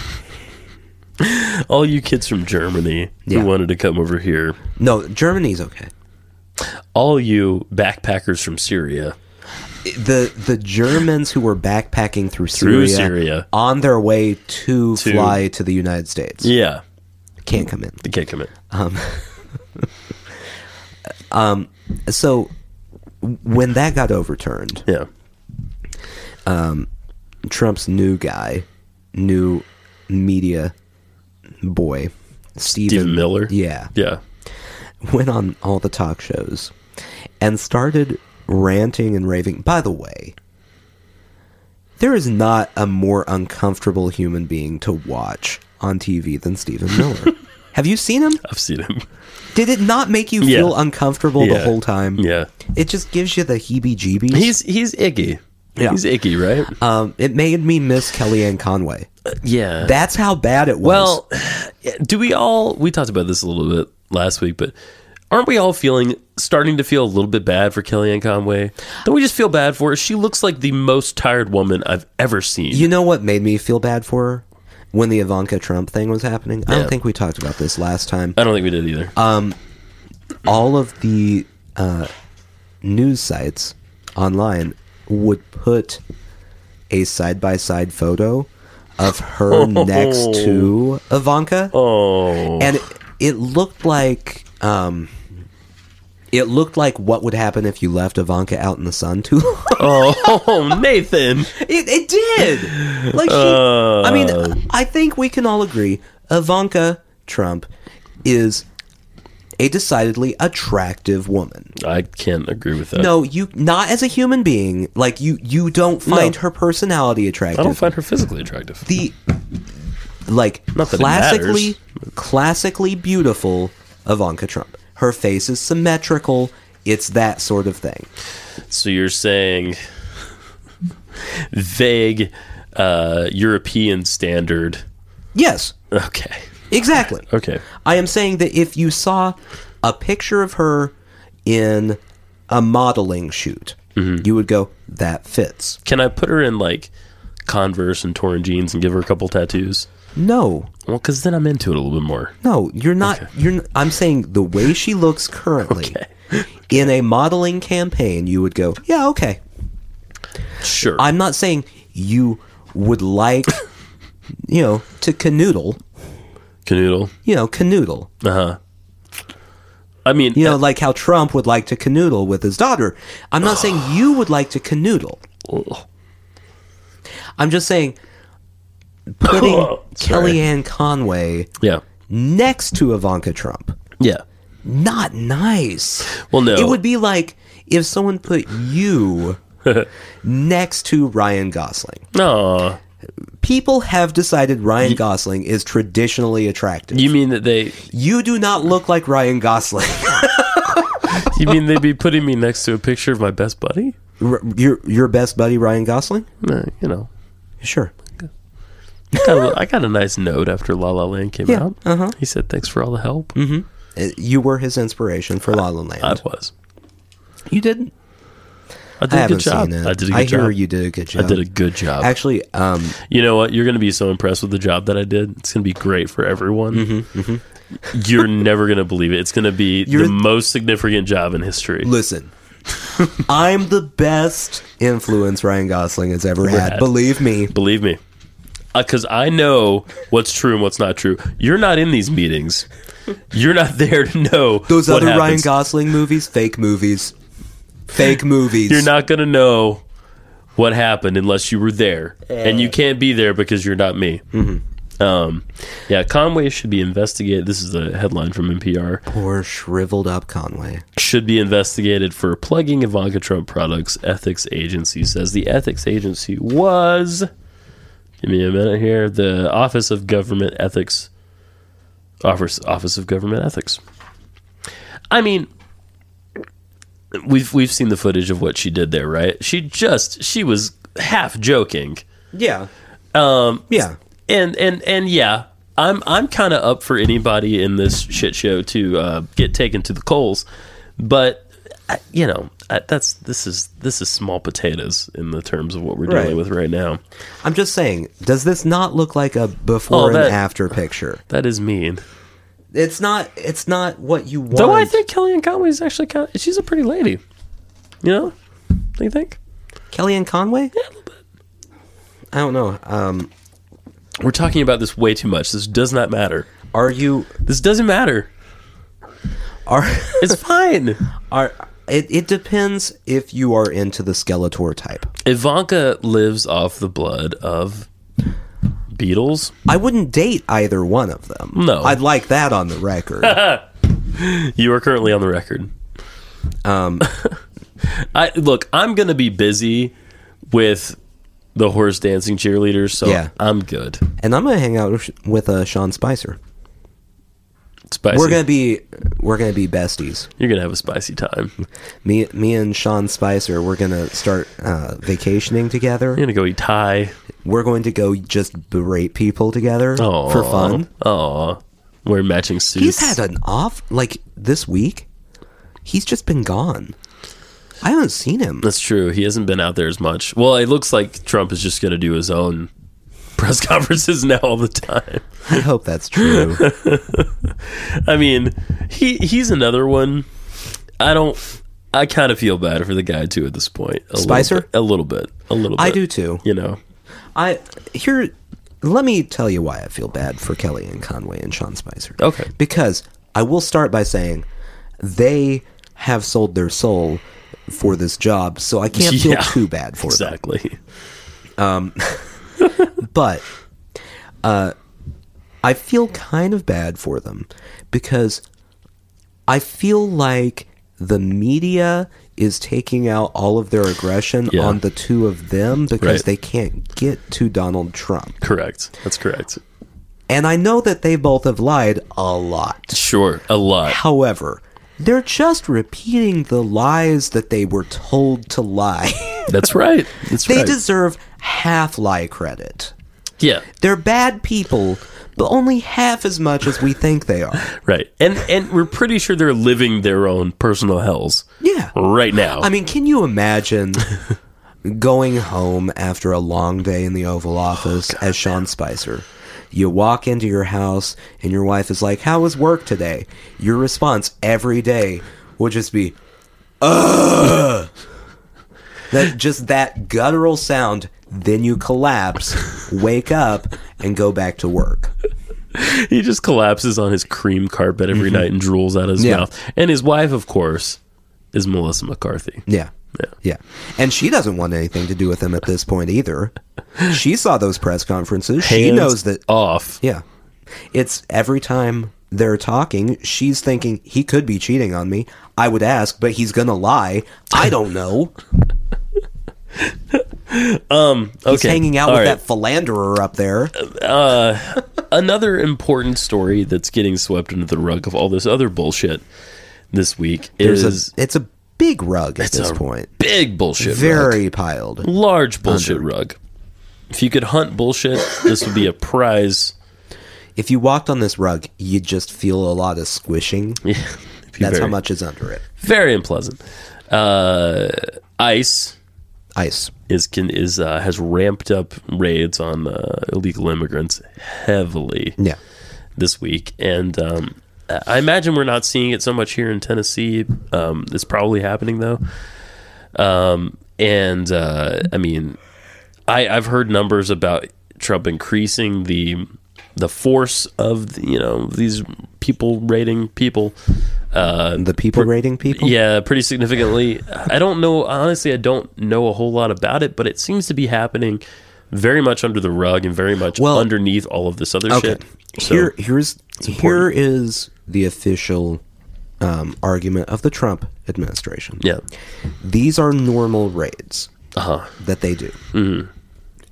Speaker 2: all you kids from Germany
Speaker 1: Yeah.
Speaker 2: who wanted to come over here.
Speaker 1: No, Germany's okay.
Speaker 2: all you backpackers from Syria.
Speaker 1: the the Germans who were backpacking through Syria,
Speaker 2: Through Syria.
Speaker 1: on their way to, fly to the United States
Speaker 2: Yeah,
Speaker 1: can't come in.
Speaker 2: they can't come in.
Speaker 1: So when that got overturned,
Speaker 2: Yeah,
Speaker 1: Trump's new guy, new media boy, Stephen,
Speaker 2: Stephen Miller.
Speaker 1: Yeah,
Speaker 2: yeah.
Speaker 1: went on all the talk shows and started ranting and raving. By the way, there is not a more uncomfortable human being to watch on TV than Stephen
Speaker 2: [LAUGHS]
Speaker 1: Miller. Have you seen him?
Speaker 2: I've seen him. [LAUGHS]
Speaker 1: Did it not make you
Speaker 2: Yeah.
Speaker 1: feel uncomfortable the
Speaker 2: Yeah.
Speaker 1: whole time?
Speaker 2: Yeah,
Speaker 1: It just gives you the heebie jeebies.
Speaker 2: he's he's icky.
Speaker 1: Yeah.
Speaker 2: He's icky, right?
Speaker 1: um, it made me miss Kellyanne Conway.
Speaker 2: yeah.
Speaker 1: That's how bad it was.
Speaker 2: Well, [SIGHS] do we all? We talked about this a little bit last week, but aren't we all feeling starting to feel a little bit bad for Kellyanne Conway? Don't we just feel bad for her? She looks like the most tired woman I've ever seen.
Speaker 1: You know what made me feel bad for her? When the Ivanka Trump thing was happening. I
Speaker 2: Yeah.
Speaker 1: don't think we talked about this last time.
Speaker 2: I don't think we did either.
Speaker 1: Uh, All of the uh, news sites online would put a side by side photo of her
Speaker 2: [LAUGHS]
Speaker 1: next to Ivanka. [LAUGHS]
Speaker 2: oh,
Speaker 1: And it, it looked like. Um, it looked like what would happen if you left Ivanka out in the sun too long.
Speaker 2: oh, Nathan.
Speaker 1: It, it did. Like she, I mean,
Speaker 2: Uh.
Speaker 1: I think we can all agree Ivanka Trump is a decidedly attractive woman.
Speaker 2: I can't agree with that.
Speaker 1: No, you not as a human being. Like you, you don't find
Speaker 2: No.
Speaker 1: her personality attractive.
Speaker 2: I don't find her physically attractive.
Speaker 1: the like
Speaker 2: Not that it
Speaker 1: classically, classically beautiful Ivanka Trump. Her face is symmetrical. It's that sort of thing.
Speaker 2: So you're saying [LAUGHS] vague uh, European standard?
Speaker 1: Yes,
Speaker 2: Okay.
Speaker 1: exactly.
Speaker 2: Okay.
Speaker 1: I am saying that if you saw a picture of her in a modeling shoot, you would go, that fits.
Speaker 2: Can I put her in like Converse and torn jeans and give her a couple tattoos?
Speaker 1: No,
Speaker 2: Well, because then I'm into it a little bit more.
Speaker 1: no, you're not. You're. n- I'm saying the way she looks
Speaker 2: [LAUGHS]
Speaker 1: currently in a modeling campaign, you would go, yeah, okay. [LAUGHS]
Speaker 2: Sure.
Speaker 1: I'm not saying you would like, you know, to canoodle.
Speaker 2: Canoodle.
Speaker 1: You know, canoodle.
Speaker 2: Uh huh. I mean,
Speaker 1: You know, like how Trump would like to canoodle with his daughter. I'm not saying you would like to canoodle.
Speaker 2: uh,
Speaker 1: I'm just saying,
Speaker 2: [LAUGHS]
Speaker 1: putting
Speaker 2: Oh, Sorry.
Speaker 1: Kellyanne Conway
Speaker 2: yeah,
Speaker 1: next to Ivanka Trump,
Speaker 2: yeah.
Speaker 1: not nice.
Speaker 2: Well, no.
Speaker 1: It would be like if someone put
Speaker 2: [LAUGHS]
Speaker 1: you next to Ryan Gosling.
Speaker 2: No,
Speaker 1: People have decided Ryan Gosling is traditionally attractive. You,
Speaker 2: you mean that they?
Speaker 1: do not look like Ryan Gosling. [LAUGHS]
Speaker 2: You mean they'd be putting me next to a picture of my best buddy?
Speaker 1: R- your your best buddy Ryan Gosling?
Speaker 2: Uh, you know,
Speaker 1: Sure.
Speaker 2: I got, a, I got a nice note after La La Land came
Speaker 1: Yeah,
Speaker 2: out.
Speaker 1: uh-huh.
Speaker 2: He said, "Thanks for all the help."
Speaker 1: Uh, You were his inspiration for La La Land.
Speaker 2: I was.
Speaker 1: you didn't.
Speaker 2: I
Speaker 1: I
Speaker 2: Uh, did a good
Speaker 1: haven't
Speaker 2: job.
Speaker 1: seen it.
Speaker 2: I did a good
Speaker 1: I
Speaker 2: job.
Speaker 1: hear you did a good
Speaker 2: I
Speaker 1: job.
Speaker 2: did a good job.
Speaker 1: Actually, um,
Speaker 2: you know what? You're going to be so impressed with the job that I did. It's going to be great for everyone. You're never going to believe it. It's going to be
Speaker 1: Mm-hmm, [LAUGHS] You're-
Speaker 2: the most significant job in history. [LAUGHS]
Speaker 1: Listen, I'm the best influence Ryan Gosling has ever had.
Speaker 2: Rad.
Speaker 1: Believe me.
Speaker 2: Believe me. Because I know what's true and what's not true. You're not in these meetings. You're not there to know
Speaker 1: Those
Speaker 2: what
Speaker 1: other Ryan
Speaker 2: happens.
Speaker 1: Gosling movies, fake movies. Fake movies.
Speaker 2: [LAUGHS] You're not going to know what happened unless you were there, and you can't be there because you're not me. Um, yeah, Conway should be investigated. This is a headline from NPR.
Speaker 1: Poor shriveled up Conway.
Speaker 2: should be investigated for plugging Ivanka Trump products, ethics agency says. The ethics agency was, give me a minute here, the Office of Government Ethics. Office, Office of Government Ethics. I mean, we've we've seen the footage of what she did there, right? She just she was half joking,
Speaker 1: Yeah. Um, yeah.
Speaker 2: and and and yeah, I'm I'm kind of up for anybody in this shit show to uh, get taken to the coals, but I, you know I, that's this is this is small potatoes in the terms of what we're dealing
Speaker 1: Right.
Speaker 2: with right now.
Speaker 1: I'm just saying, does this not look like a before
Speaker 2: Oh,
Speaker 1: and
Speaker 2: that-
Speaker 1: after picture?
Speaker 2: That is mean.
Speaker 1: It's not. It's not what you want.
Speaker 2: Though I think Kellyanne Conway is actually kind of, she's a pretty lady. You know? Don't you think?
Speaker 1: Kellyanne Conway. Yeah, a little bit. I don't know. Um,
Speaker 2: We're talking about this way too much. This does not matter.
Speaker 1: are you?
Speaker 2: This doesn't matter.
Speaker 1: Are [LAUGHS]
Speaker 2: It's fine.
Speaker 1: are? It, it depends if you are into the Skeletor type.
Speaker 2: Ivanka lives off the blood of beetles.
Speaker 1: I wouldn't date either one of them.
Speaker 2: No.
Speaker 1: I'd like that on the record.
Speaker 2: You are currently on the record. Um, [LAUGHS] I look. I'm going to be busy with the horse dancing cheerleaders, so
Speaker 1: Yeah.
Speaker 2: I'm good.
Speaker 1: and I'm gonna hang out with- with uh, Sean Spicer.
Speaker 2: Spicy.
Speaker 1: We're gonna be we're gonna be besties.
Speaker 2: You're going to have a spicy time. You're
Speaker 1: Me me and Sean Spicer. We're gonna start uh, vacationing together.
Speaker 2: going to go eat Thai.
Speaker 1: We're going to go just berate people together for fun.
Speaker 2: Oh, wear matching suits.
Speaker 1: He's had an off like this week. He's just been gone. I haven't seen him.
Speaker 2: That's true. He hasn't been out there as much. Well, it looks like Trump is just going to do his own [LAUGHS] press conferences now all the time.
Speaker 1: I hope that's true.
Speaker 2: I mean, he he's another one. I don't. I kind of feel bad for the guy too at this point. A
Speaker 1: Spicer?
Speaker 2: little bit, a little bit, a little. bit.
Speaker 1: I do too.
Speaker 2: You know,
Speaker 1: I here. Let me tell you why I feel bad for Kelly and Conway and Sean Spicer.
Speaker 2: Okay.
Speaker 1: Because I will start by saying they have sold their soul for this job, so I can't feel
Speaker 2: Yeah.
Speaker 1: too bad for them.
Speaker 2: exactly. [LAUGHS]
Speaker 1: But uh, I feel kind of bad for them because I feel like the media is taking out all of their aggression
Speaker 2: Yeah.
Speaker 1: on the two of them because
Speaker 2: Right.
Speaker 1: they can't get to Donald Trump.
Speaker 2: Correct. That's correct.
Speaker 1: And I know that they both have lied a lot.
Speaker 2: Sure, a lot.
Speaker 1: However, they're just repeating the lies that they were told to lie. [LAUGHS]
Speaker 2: That's right. That's
Speaker 1: they
Speaker 2: right.
Speaker 1: deserve half lie credit.
Speaker 2: yeah,
Speaker 1: They're bad people, but only half as much as we think they are.
Speaker 2: right. And and we're pretty sure they're living their own personal hells
Speaker 1: Yeah.
Speaker 2: right now.
Speaker 1: I mean, can you
Speaker 2: [LAUGHS]
Speaker 1: imagine going home after a long day in the
Speaker 2: Oh,
Speaker 1: Oval Office as Sean Spicer? You walk into your house and your wife is like, How was work today? Your response every day will just be, Ugh! that, just that guttural sound. Then you
Speaker 2: [LAUGHS]
Speaker 1: collapse, wake up, and go back to work.
Speaker 2: he just collapses on his cream carpet every night and drools out of his
Speaker 1: Mm-hmm. Yeah.
Speaker 2: mouth. And his wife, of course, is Melissa McCarthy.
Speaker 1: Yeah.
Speaker 2: Yeah.
Speaker 1: Yeah. And she doesn't want anything to do with him at this point either. She saw those press conferences. she
Speaker 2: Hands
Speaker 1: knows that
Speaker 2: off.
Speaker 1: Yeah. It's every time they're talking, she's thinking, he could be cheating on me. I would ask, but he's going to lie. I don't know.
Speaker 2: [LAUGHS] Okay.
Speaker 1: He's hanging out
Speaker 2: All
Speaker 1: with
Speaker 2: right.
Speaker 1: that philanderer up there.
Speaker 2: another important story that's getting swept under the rug of all this other bullshit this week
Speaker 1: There's
Speaker 2: is
Speaker 1: a, it's a big rug at this
Speaker 2: a
Speaker 1: point.
Speaker 2: big bullshit rug.
Speaker 1: Very piled.
Speaker 2: large bullshit rug. If you could hunt bullshit, this would be
Speaker 1: [LAUGHS]
Speaker 2: a prize.
Speaker 1: If you walked on this rug, you'd just feel a lot of squishing.
Speaker 2: Yeah, it'd be
Speaker 1: That's
Speaker 2: very,
Speaker 1: how much is under it.
Speaker 2: Very unpleasant. Uh, ICE
Speaker 1: Ice.
Speaker 2: is can is uh, has ramped up raids on uh, illegal immigrants heavily.
Speaker 1: Yeah.
Speaker 2: this week, and um, I imagine we're not seeing it so much here in Tennessee. Um, it's probably happening though, um, and uh, I mean, I, I've heard numbers about Trump increasing the the force of the, you know these people rating people. Uh,
Speaker 1: The people rating people?
Speaker 2: yeah, pretty significantly. I don't know. Honestly, I don't know a whole lot about it, but it seems to be happening very much under the rug and very much
Speaker 1: Well-
Speaker 2: underneath all of this other
Speaker 1: Okay.
Speaker 2: shit. So-
Speaker 1: here, here's here is the official um, argument of the Trump administration.
Speaker 2: Yeah.
Speaker 1: These are normal raids
Speaker 2: Uh-huh.
Speaker 1: that they do,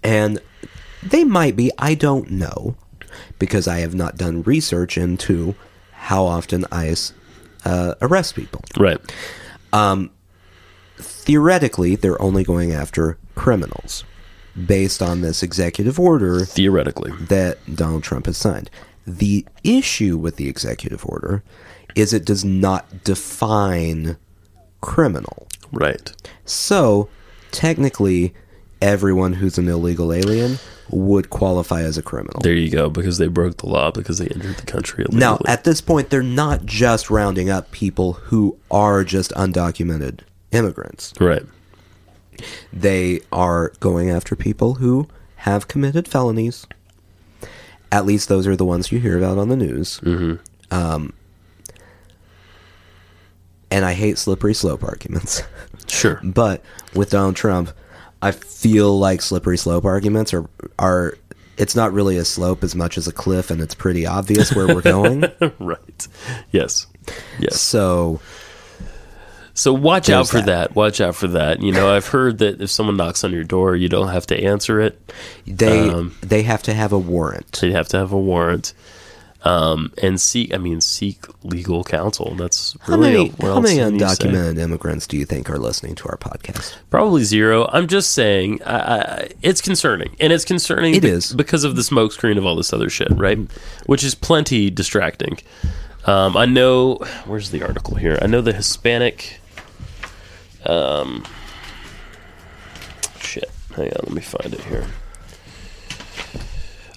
Speaker 1: and they might be. I don't know because I have not done research into how often ICE uh, arrests people.
Speaker 2: Right.
Speaker 1: Theoretically, they're only going after criminals based on this executive order
Speaker 2: Theoretically.
Speaker 1: that Donald Trump has signed. The issue with the executive order is it does not define criminal.
Speaker 2: Right.
Speaker 1: So, technically, everyone who's an illegal alien would qualify as a criminal.
Speaker 2: There you go, because they broke the law because they entered the country illegally.
Speaker 1: now, at this point, they're not just rounding up people who are just undocumented immigrants.
Speaker 2: right.
Speaker 1: They are going after people who have committed felonies. At least those are the ones you hear about on the news. Mm-hmm. Um, and I hate slippery slope arguments. [LAUGHS]
Speaker 2: Sure.
Speaker 1: But with Donald Trump, I feel like slippery slope arguments are are it's not really a slope as much as a cliff and it's pretty obvious where we're
Speaker 2: [LAUGHS]
Speaker 1: going.
Speaker 2: [LAUGHS] right. Yes. Yes.
Speaker 1: So
Speaker 2: So watch out
Speaker 1: There's
Speaker 2: for that.
Speaker 1: that.
Speaker 2: Watch out for that. You know, I've heard that if someone knocks on your door, you don't have to answer it.
Speaker 1: they
Speaker 2: Um,
Speaker 1: they have to have a warrant.
Speaker 2: So you have to have a warrant. Um, and seek, I mean, seek legal counsel. That's
Speaker 1: How
Speaker 2: really
Speaker 1: many,
Speaker 2: what
Speaker 1: how many
Speaker 2: else can you say?
Speaker 1: undocumented immigrants do you think are listening to our podcast?
Speaker 2: Probably zero. I'm just saying, I, I, it's concerning, and it's concerning.
Speaker 1: It
Speaker 2: be-
Speaker 1: is. Mm-hmm.
Speaker 2: because of the smokescreen of all this other shit, right? Which is plenty distracting. Um, I know. Where's the article here? I know the Hispanic. Um, shit. Hang on, let me find it here.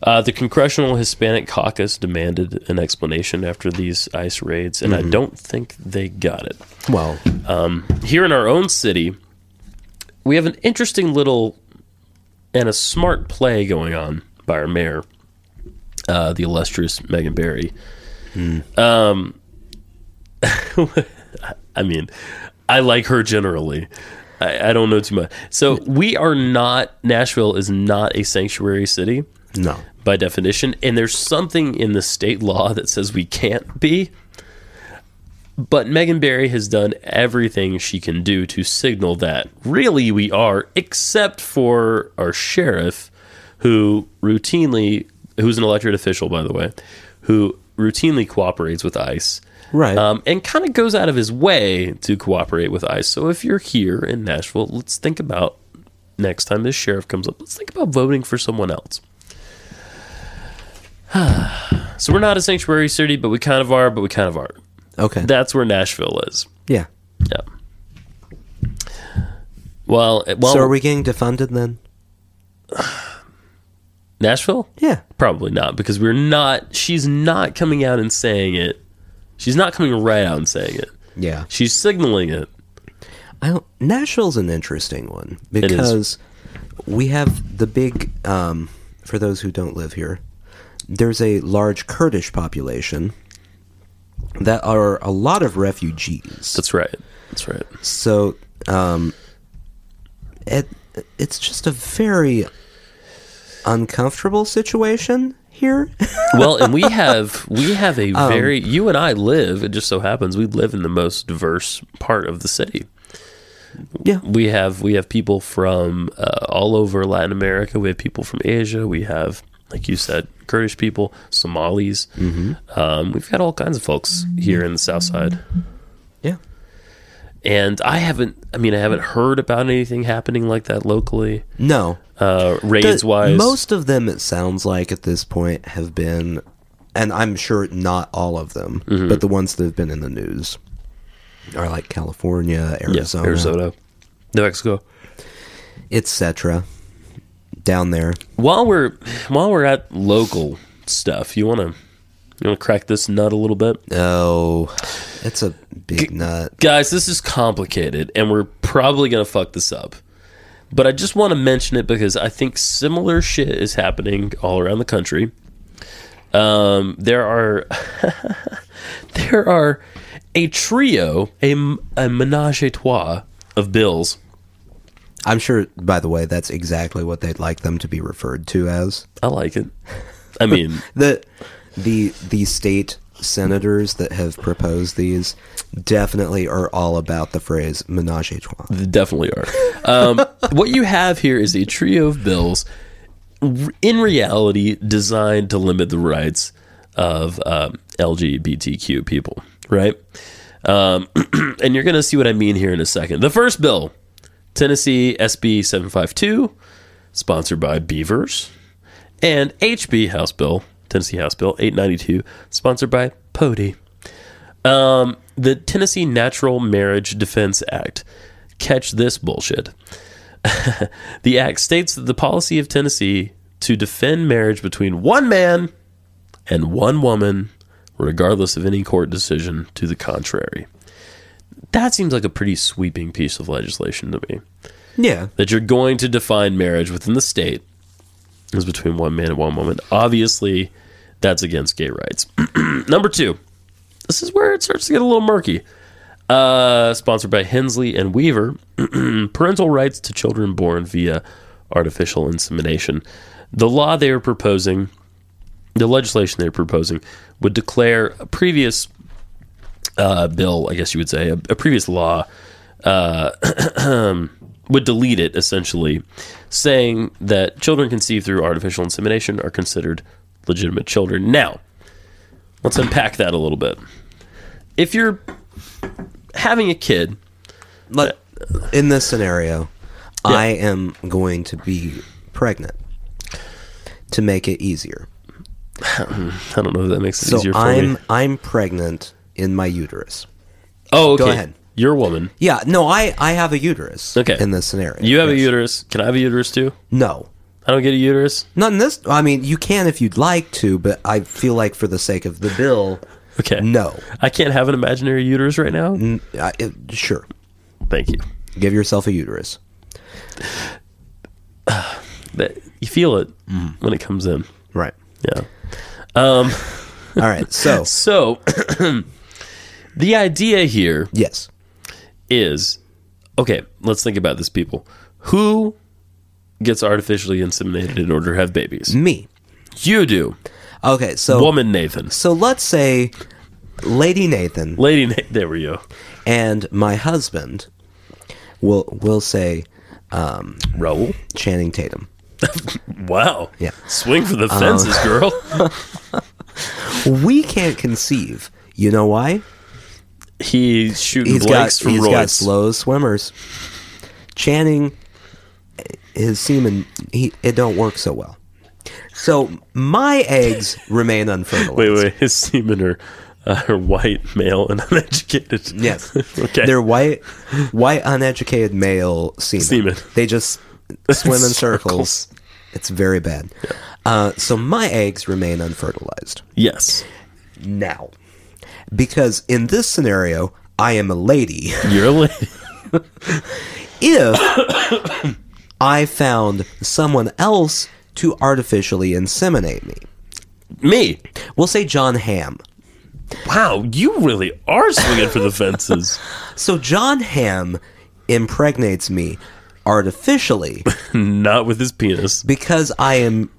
Speaker 2: Uh, the Congressional Hispanic Caucus demanded an explanation after these ICE raids, and
Speaker 1: Mm-hmm.
Speaker 2: I don't think they got it
Speaker 1: Well,
Speaker 2: here in our own city, we have an interesting little and a smart play going on by our mayor, uh, the illustrious Megan Barry. Um, [LAUGHS] I mean, I like her generally. I, I don't know too much. So we are not Nashville is not a sanctuary city
Speaker 1: no.
Speaker 2: by definition, and there's something in the state law that says we can't be. But Megan Barry has done everything she can do to signal that really we are, except for our sheriff, who routinely, who's an elected official, by the way, who routinely cooperates with ICE
Speaker 1: Right.
Speaker 2: um, and kind of goes out of his way to cooperate with ICE. So if you're here in Nashville, let's think about next time this sheriff comes up, let's think about voting for someone else. [SIGHS] so we're not a sanctuary city, but we kind of are, but we kind of aren't.
Speaker 1: okay.
Speaker 2: That's where Nashville is.
Speaker 1: yeah.
Speaker 2: Yeah. Well, eh, well
Speaker 1: so are we getting defunded then?
Speaker 2: Nashville?
Speaker 1: Yeah.
Speaker 2: Probably not because we're not, she's not coming out and saying it. She's not coming right out and saying it.
Speaker 1: Yeah.
Speaker 2: She's signaling it.
Speaker 1: I don't, Nashville's an interesting one because we have the big. Um, for those who don't live here, there's a large Kurdish population that are a lot of refugees.
Speaker 2: That's right. That's right.
Speaker 1: So, um, it it's just a very uncomfortable situation here. [LAUGHS]
Speaker 2: well, and we have we have a
Speaker 1: Um,
Speaker 2: very you and I live. It just so happens we live in the most diverse part of the city.
Speaker 1: yeah,
Speaker 2: We have we have people from uh, all over Latin America. We have people from Asia. We have, like you said, Kurdish people, Somalis.
Speaker 1: Mm-hmm.
Speaker 2: Um, we've got all kinds of folks here in the South Side.
Speaker 1: yeah.
Speaker 2: And I haven't. I mean, I haven't heard about anything happening like that locally,
Speaker 1: No,
Speaker 2: uh,
Speaker 1: The-
Speaker 2: raids wise.
Speaker 1: Most of them, it sounds like at this point, have been, and I'm sure not all of them,
Speaker 2: Mm-hmm.
Speaker 1: but the ones that have been in the news are like California,
Speaker 2: Yeah,
Speaker 1: Arizona,
Speaker 2: Arizona, New Mexico.
Speaker 1: etc. Down there,
Speaker 2: while we're while we're at local stuff, you want to you want to crack this nut a little bit,
Speaker 1: oh, it's a big nut.
Speaker 2: guys. This is complicated, and we're probably gonna fuck this up. But I just want to mention it because I think similar shit is happening all around the country. Um, there are [LAUGHS] there are a trio, a, m- a menage a trois of bills.
Speaker 1: I'm sure. By the way, that's exactly what they'd like them to be referred to as
Speaker 2: I like it. I mean,
Speaker 1: the the the state senators that have proposed these definitely are all about the phrase menage a trois.
Speaker 2: They definitely are. Um, [LAUGHS] what you have here is a trio of bills, r- in reality, designed to limit the rights of um, LGBTQ people, right? Um, [CLEARS THROAT] and you're going to see what I mean here in a second. The first bill, Tennessee SB 752, sponsored by Beavers, and HB House Bill, Tennessee House Bill 892, sponsored by Pody. Um, the Tennessee Natural Marriage Defense Act. Catch this bullshit. [LAUGHS] The act states that the policy of Tennessee to defend marriage between one man and one woman, regardless of any court decision to the contrary. That seems like a pretty sweeping piece of legislation to me.
Speaker 1: Yeah.
Speaker 2: That you're going to define marriage within the state as between one man and one woman. Obviously, that's against gay rights. [CLEARS THROAT] Number two, this is where it starts to get a little murky. Uh, sponsored by Hensley and Weaver, [CLEARS THROAT] parental rights to children born via artificial insemination. The law they are proposing, the legislation they're proposing, would declare a previous uh, bill, I guess you would say, a, a previous law, uh, would delete it essentially, saying that children conceived through artificial insemination are considered legitimate children. Now, let's unpack that a little bit. If you're having a kid,
Speaker 1: Let, in this scenario, I am going to be pregnant to make it easier.
Speaker 2: I don't know if that makes it
Speaker 1: So
Speaker 2: easier for
Speaker 1: I'm
Speaker 2: me.
Speaker 1: I'm pregnant in my uterus.
Speaker 2: Oh, okay.
Speaker 1: go ahead.
Speaker 2: You're a woman.
Speaker 1: Yeah, no, I I have a uterus.
Speaker 2: Okay.
Speaker 1: In this scenario,
Speaker 2: You have a
Speaker 1: Yes.
Speaker 2: uterus. Can I have a uterus too?
Speaker 1: No,
Speaker 2: I don't get a uterus.
Speaker 1: not in this. I mean, you can if you'd like to, but I feel like for the sake of the bill,
Speaker 2: Okay.
Speaker 1: no.
Speaker 2: I can't have an imaginary uterus right now.
Speaker 1: N- I, it, sure,
Speaker 2: Thank you.
Speaker 1: give yourself a uterus.
Speaker 2: That you feel it
Speaker 1: Mm-hmm.
Speaker 2: when it comes in.
Speaker 1: Right.
Speaker 2: Yeah.
Speaker 1: All right. So
Speaker 2: [LAUGHS] So [CLEARS THROAT] the idea here
Speaker 1: yes,
Speaker 2: is okay, let's think about this people. Who gets artificially inseminated in order to have babies?
Speaker 1: me.
Speaker 2: You do.
Speaker 1: Okay. So
Speaker 2: Woman Nathan.
Speaker 1: so let's say Lady Nathan
Speaker 2: Lady Nathan. There we go.
Speaker 1: and my husband will will say
Speaker 2: Raul.
Speaker 1: Channing Tatum.
Speaker 2: Wow.
Speaker 1: Yeah. Um,
Speaker 2: Swing for the fences,
Speaker 1: [LAUGHS]
Speaker 2: girl.
Speaker 1: We can't conceive. You know why?
Speaker 2: He's shooting
Speaker 1: He's
Speaker 2: blanks
Speaker 1: got
Speaker 2: from
Speaker 1: he's
Speaker 2: Royce.
Speaker 1: got slow swimmers. Channing, his semen, he, it don't work so well. So my eggs remain unfertilized.
Speaker 2: Wait, [LAUGHS] wait, his semen are, uh, are white, male, and [LAUGHS] uneducated.
Speaker 1: Yes.
Speaker 2: [LAUGHS] okay.
Speaker 1: They're white, white uneducated male semen.
Speaker 2: Semen.
Speaker 1: They
Speaker 2: [LAUGHS]
Speaker 1: just swim in circles.
Speaker 2: Circles.
Speaker 1: It's very bad. Uh, so my eggs remain unfertilized
Speaker 2: yes.
Speaker 1: now, because in this scenario, I am a lady.
Speaker 2: You're a lady.
Speaker 1: if [COUGHS] I found someone else to artificially inseminate me.
Speaker 2: [LAUGHS] Me.
Speaker 1: We'll say John Ham.
Speaker 2: Wow, you really are swinging for
Speaker 1: [LAUGHS]
Speaker 2: the fences.
Speaker 1: So John Ham impregnates me
Speaker 2: [LAUGHS]
Speaker 1: artificially
Speaker 2: Not with his penis.
Speaker 1: because I am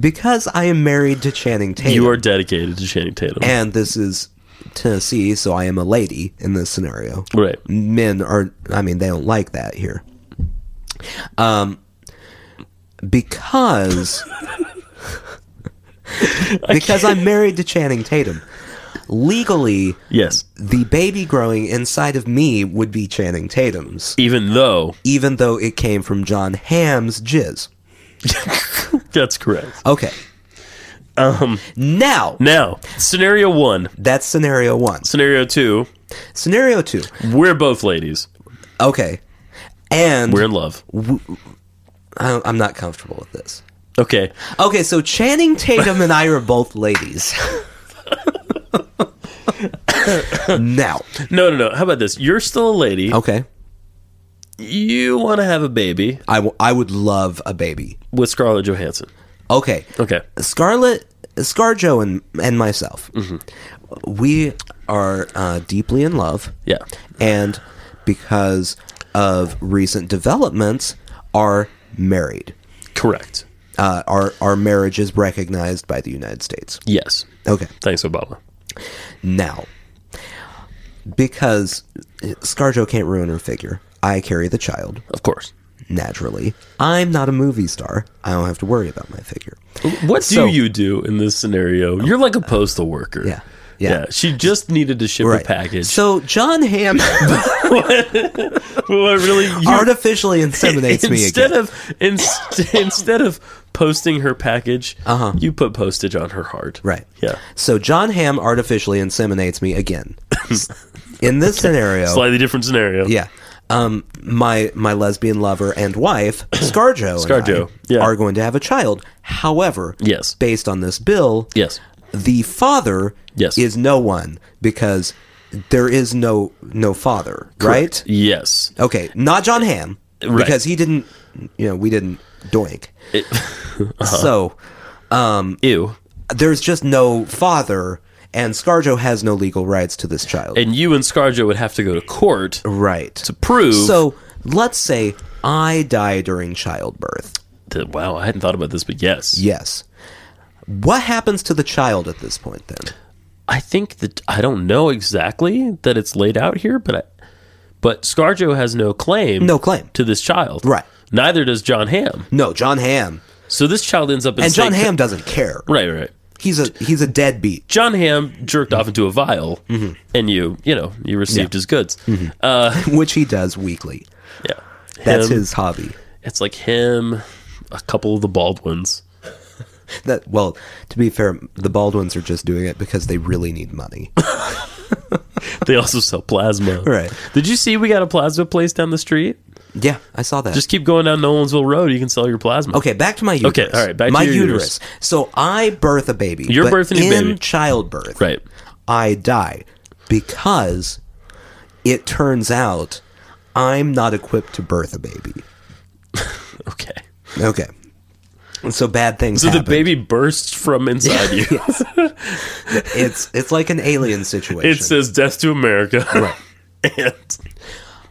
Speaker 1: because I am married to Channing Tatum.
Speaker 2: You are dedicated to Channing Tatum.
Speaker 1: and this is Tennessee, so I am a lady in this scenario.
Speaker 2: right.
Speaker 1: men are i mean they don't like that here um because
Speaker 2: [LAUGHS]
Speaker 1: because i'm married to channing tatum legally
Speaker 2: Yes.
Speaker 1: the baby growing inside of me would be channing tatum's
Speaker 2: Even though
Speaker 1: even though it came from john ham's jizz
Speaker 2: that's correct.
Speaker 1: okay um now
Speaker 2: Now, scenario one.
Speaker 1: that's scenario one
Speaker 2: Scenario two.
Speaker 1: scenario two
Speaker 2: We're both ladies.
Speaker 1: okay and
Speaker 2: We're in love.
Speaker 1: I- i'm not comfortable with this
Speaker 2: Okay.
Speaker 1: Okay, so Channing Tatum and I are both ladies. now,
Speaker 2: No, no, no. How about this? You're still a lady.
Speaker 1: okay,
Speaker 2: You want to have a baby
Speaker 1: I, w- I would love a baby.
Speaker 2: with Scarlett Johansson.
Speaker 1: Okay,
Speaker 2: Okay.
Speaker 1: Scarlet, Scarjo, and and myself, we are uh, deeply in love.
Speaker 2: Yeah.
Speaker 1: and because of recent developments, are married.
Speaker 2: Correct.
Speaker 1: Uh, our our marriage is recognized by the United States.
Speaker 2: Yes.
Speaker 1: Okay,
Speaker 2: Thanks, Obama.
Speaker 1: now because Scarjo can't ruin her figure. I carry the child
Speaker 2: Of course.
Speaker 1: naturally. I'm not a movie star. I don't have to worry about my figure.
Speaker 2: What do
Speaker 1: So-
Speaker 2: you do in this scenario? You're like a postal worker.
Speaker 1: Yeah. Yeah.
Speaker 2: She just needed to ship a package.
Speaker 1: So John Hamm
Speaker 2: [LAUGHS] Well, I really, you-
Speaker 1: artificially inseminates me
Speaker 2: instead
Speaker 1: again.
Speaker 2: of inst- [LAUGHS] instead of posting her package,
Speaker 1: Uh-huh.
Speaker 2: you put postage on her heart.
Speaker 1: right.
Speaker 2: Yeah.
Speaker 1: So John Hamm
Speaker 2: [LAUGHS]
Speaker 1: artificially inseminates me again. In this scenario,
Speaker 2: Slightly different scenario.
Speaker 1: yeah. Um, my my lesbian lover and
Speaker 2: [COUGHS]
Speaker 1: wife, Scarjo,
Speaker 2: Scarjo,
Speaker 1: and I
Speaker 2: yeah.
Speaker 1: are going to have a child. However,
Speaker 2: Yes.
Speaker 1: based on this bill,
Speaker 2: Yes.
Speaker 1: the father
Speaker 2: Yes.
Speaker 1: is no one because there is no no father, right?
Speaker 2: Yes.
Speaker 1: Okay, not John Ham
Speaker 2: Right.
Speaker 1: because he didn't. You know, we didn't doink.
Speaker 2: [LAUGHS] Uh-huh.
Speaker 1: So
Speaker 2: Ew.
Speaker 1: there's just no father, and Scarjo has no legal rights to this child.
Speaker 2: And you and Scarjo would have to go to court to
Speaker 1: right.
Speaker 2: prove.
Speaker 1: So let's say I die during childbirth.
Speaker 2: that- wow, I hadn't thought about this, but yes.
Speaker 1: Yes. What happens to the child at this point then?
Speaker 2: I think that I don't know exactly that it's laid out here, but I, but Scarjo has no claim,
Speaker 1: No claim.
Speaker 2: to this child,
Speaker 1: Right.
Speaker 2: Neither does John Ham.
Speaker 1: No, John Ham.
Speaker 2: So this child ends up in
Speaker 1: And John
Speaker 2: state-
Speaker 1: Ham doesn't care.
Speaker 2: right, right.
Speaker 1: He's a he's a deadbeat. [LAUGHS]
Speaker 2: John Ham jerked off into a vial,
Speaker 1: Mm-hmm.
Speaker 2: and you, you know, you received his goods. Uh,
Speaker 1: Which he does weekly.
Speaker 2: yeah,
Speaker 1: Mm-hmm. That's
Speaker 2: Him-
Speaker 1: his hobby.
Speaker 2: It's like him, a couple of the Baldwins.
Speaker 1: That well, to be fair, the Baldwins are just doing it because they really need
Speaker 2: [LAUGHS]
Speaker 1: money.
Speaker 2: They also sell plasma.
Speaker 1: [LAUGHS] Right.
Speaker 2: Did you see we got a plasma place down the street?
Speaker 1: yeah, I saw that.
Speaker 2: Just keep going down Nolansville Road. You can sell your plasma.
Speaker 1: okay, back to my uterus.
Speaker 2: Okay, all right, back to
Speaker 1: my
Speaker 2: your uterus.
Speaker 1: So I birth a baby.
Speaker 2: You're
Speaker 1: but
Speaker 2: birthing a
Speaker 1: in
Speaker 2: baby.
Speaker 1: childbirth.
Speaker 2: Right.
Speaker 1: I die because it turns out I'm not equipped to birth a baby.
Speaker 2: Okay.
Speaker 1: Okay. So bad things.
Speaker 2: So
Speaker 1: happen.
Speaker 2: the baby bursts from inside
Speaker 1: [LAUGHS]
Speaker 2: you.
Speaker 1: It's it's like an alien situation.
Speaker 2: It says "Death to America." Right. [LAUGHS] and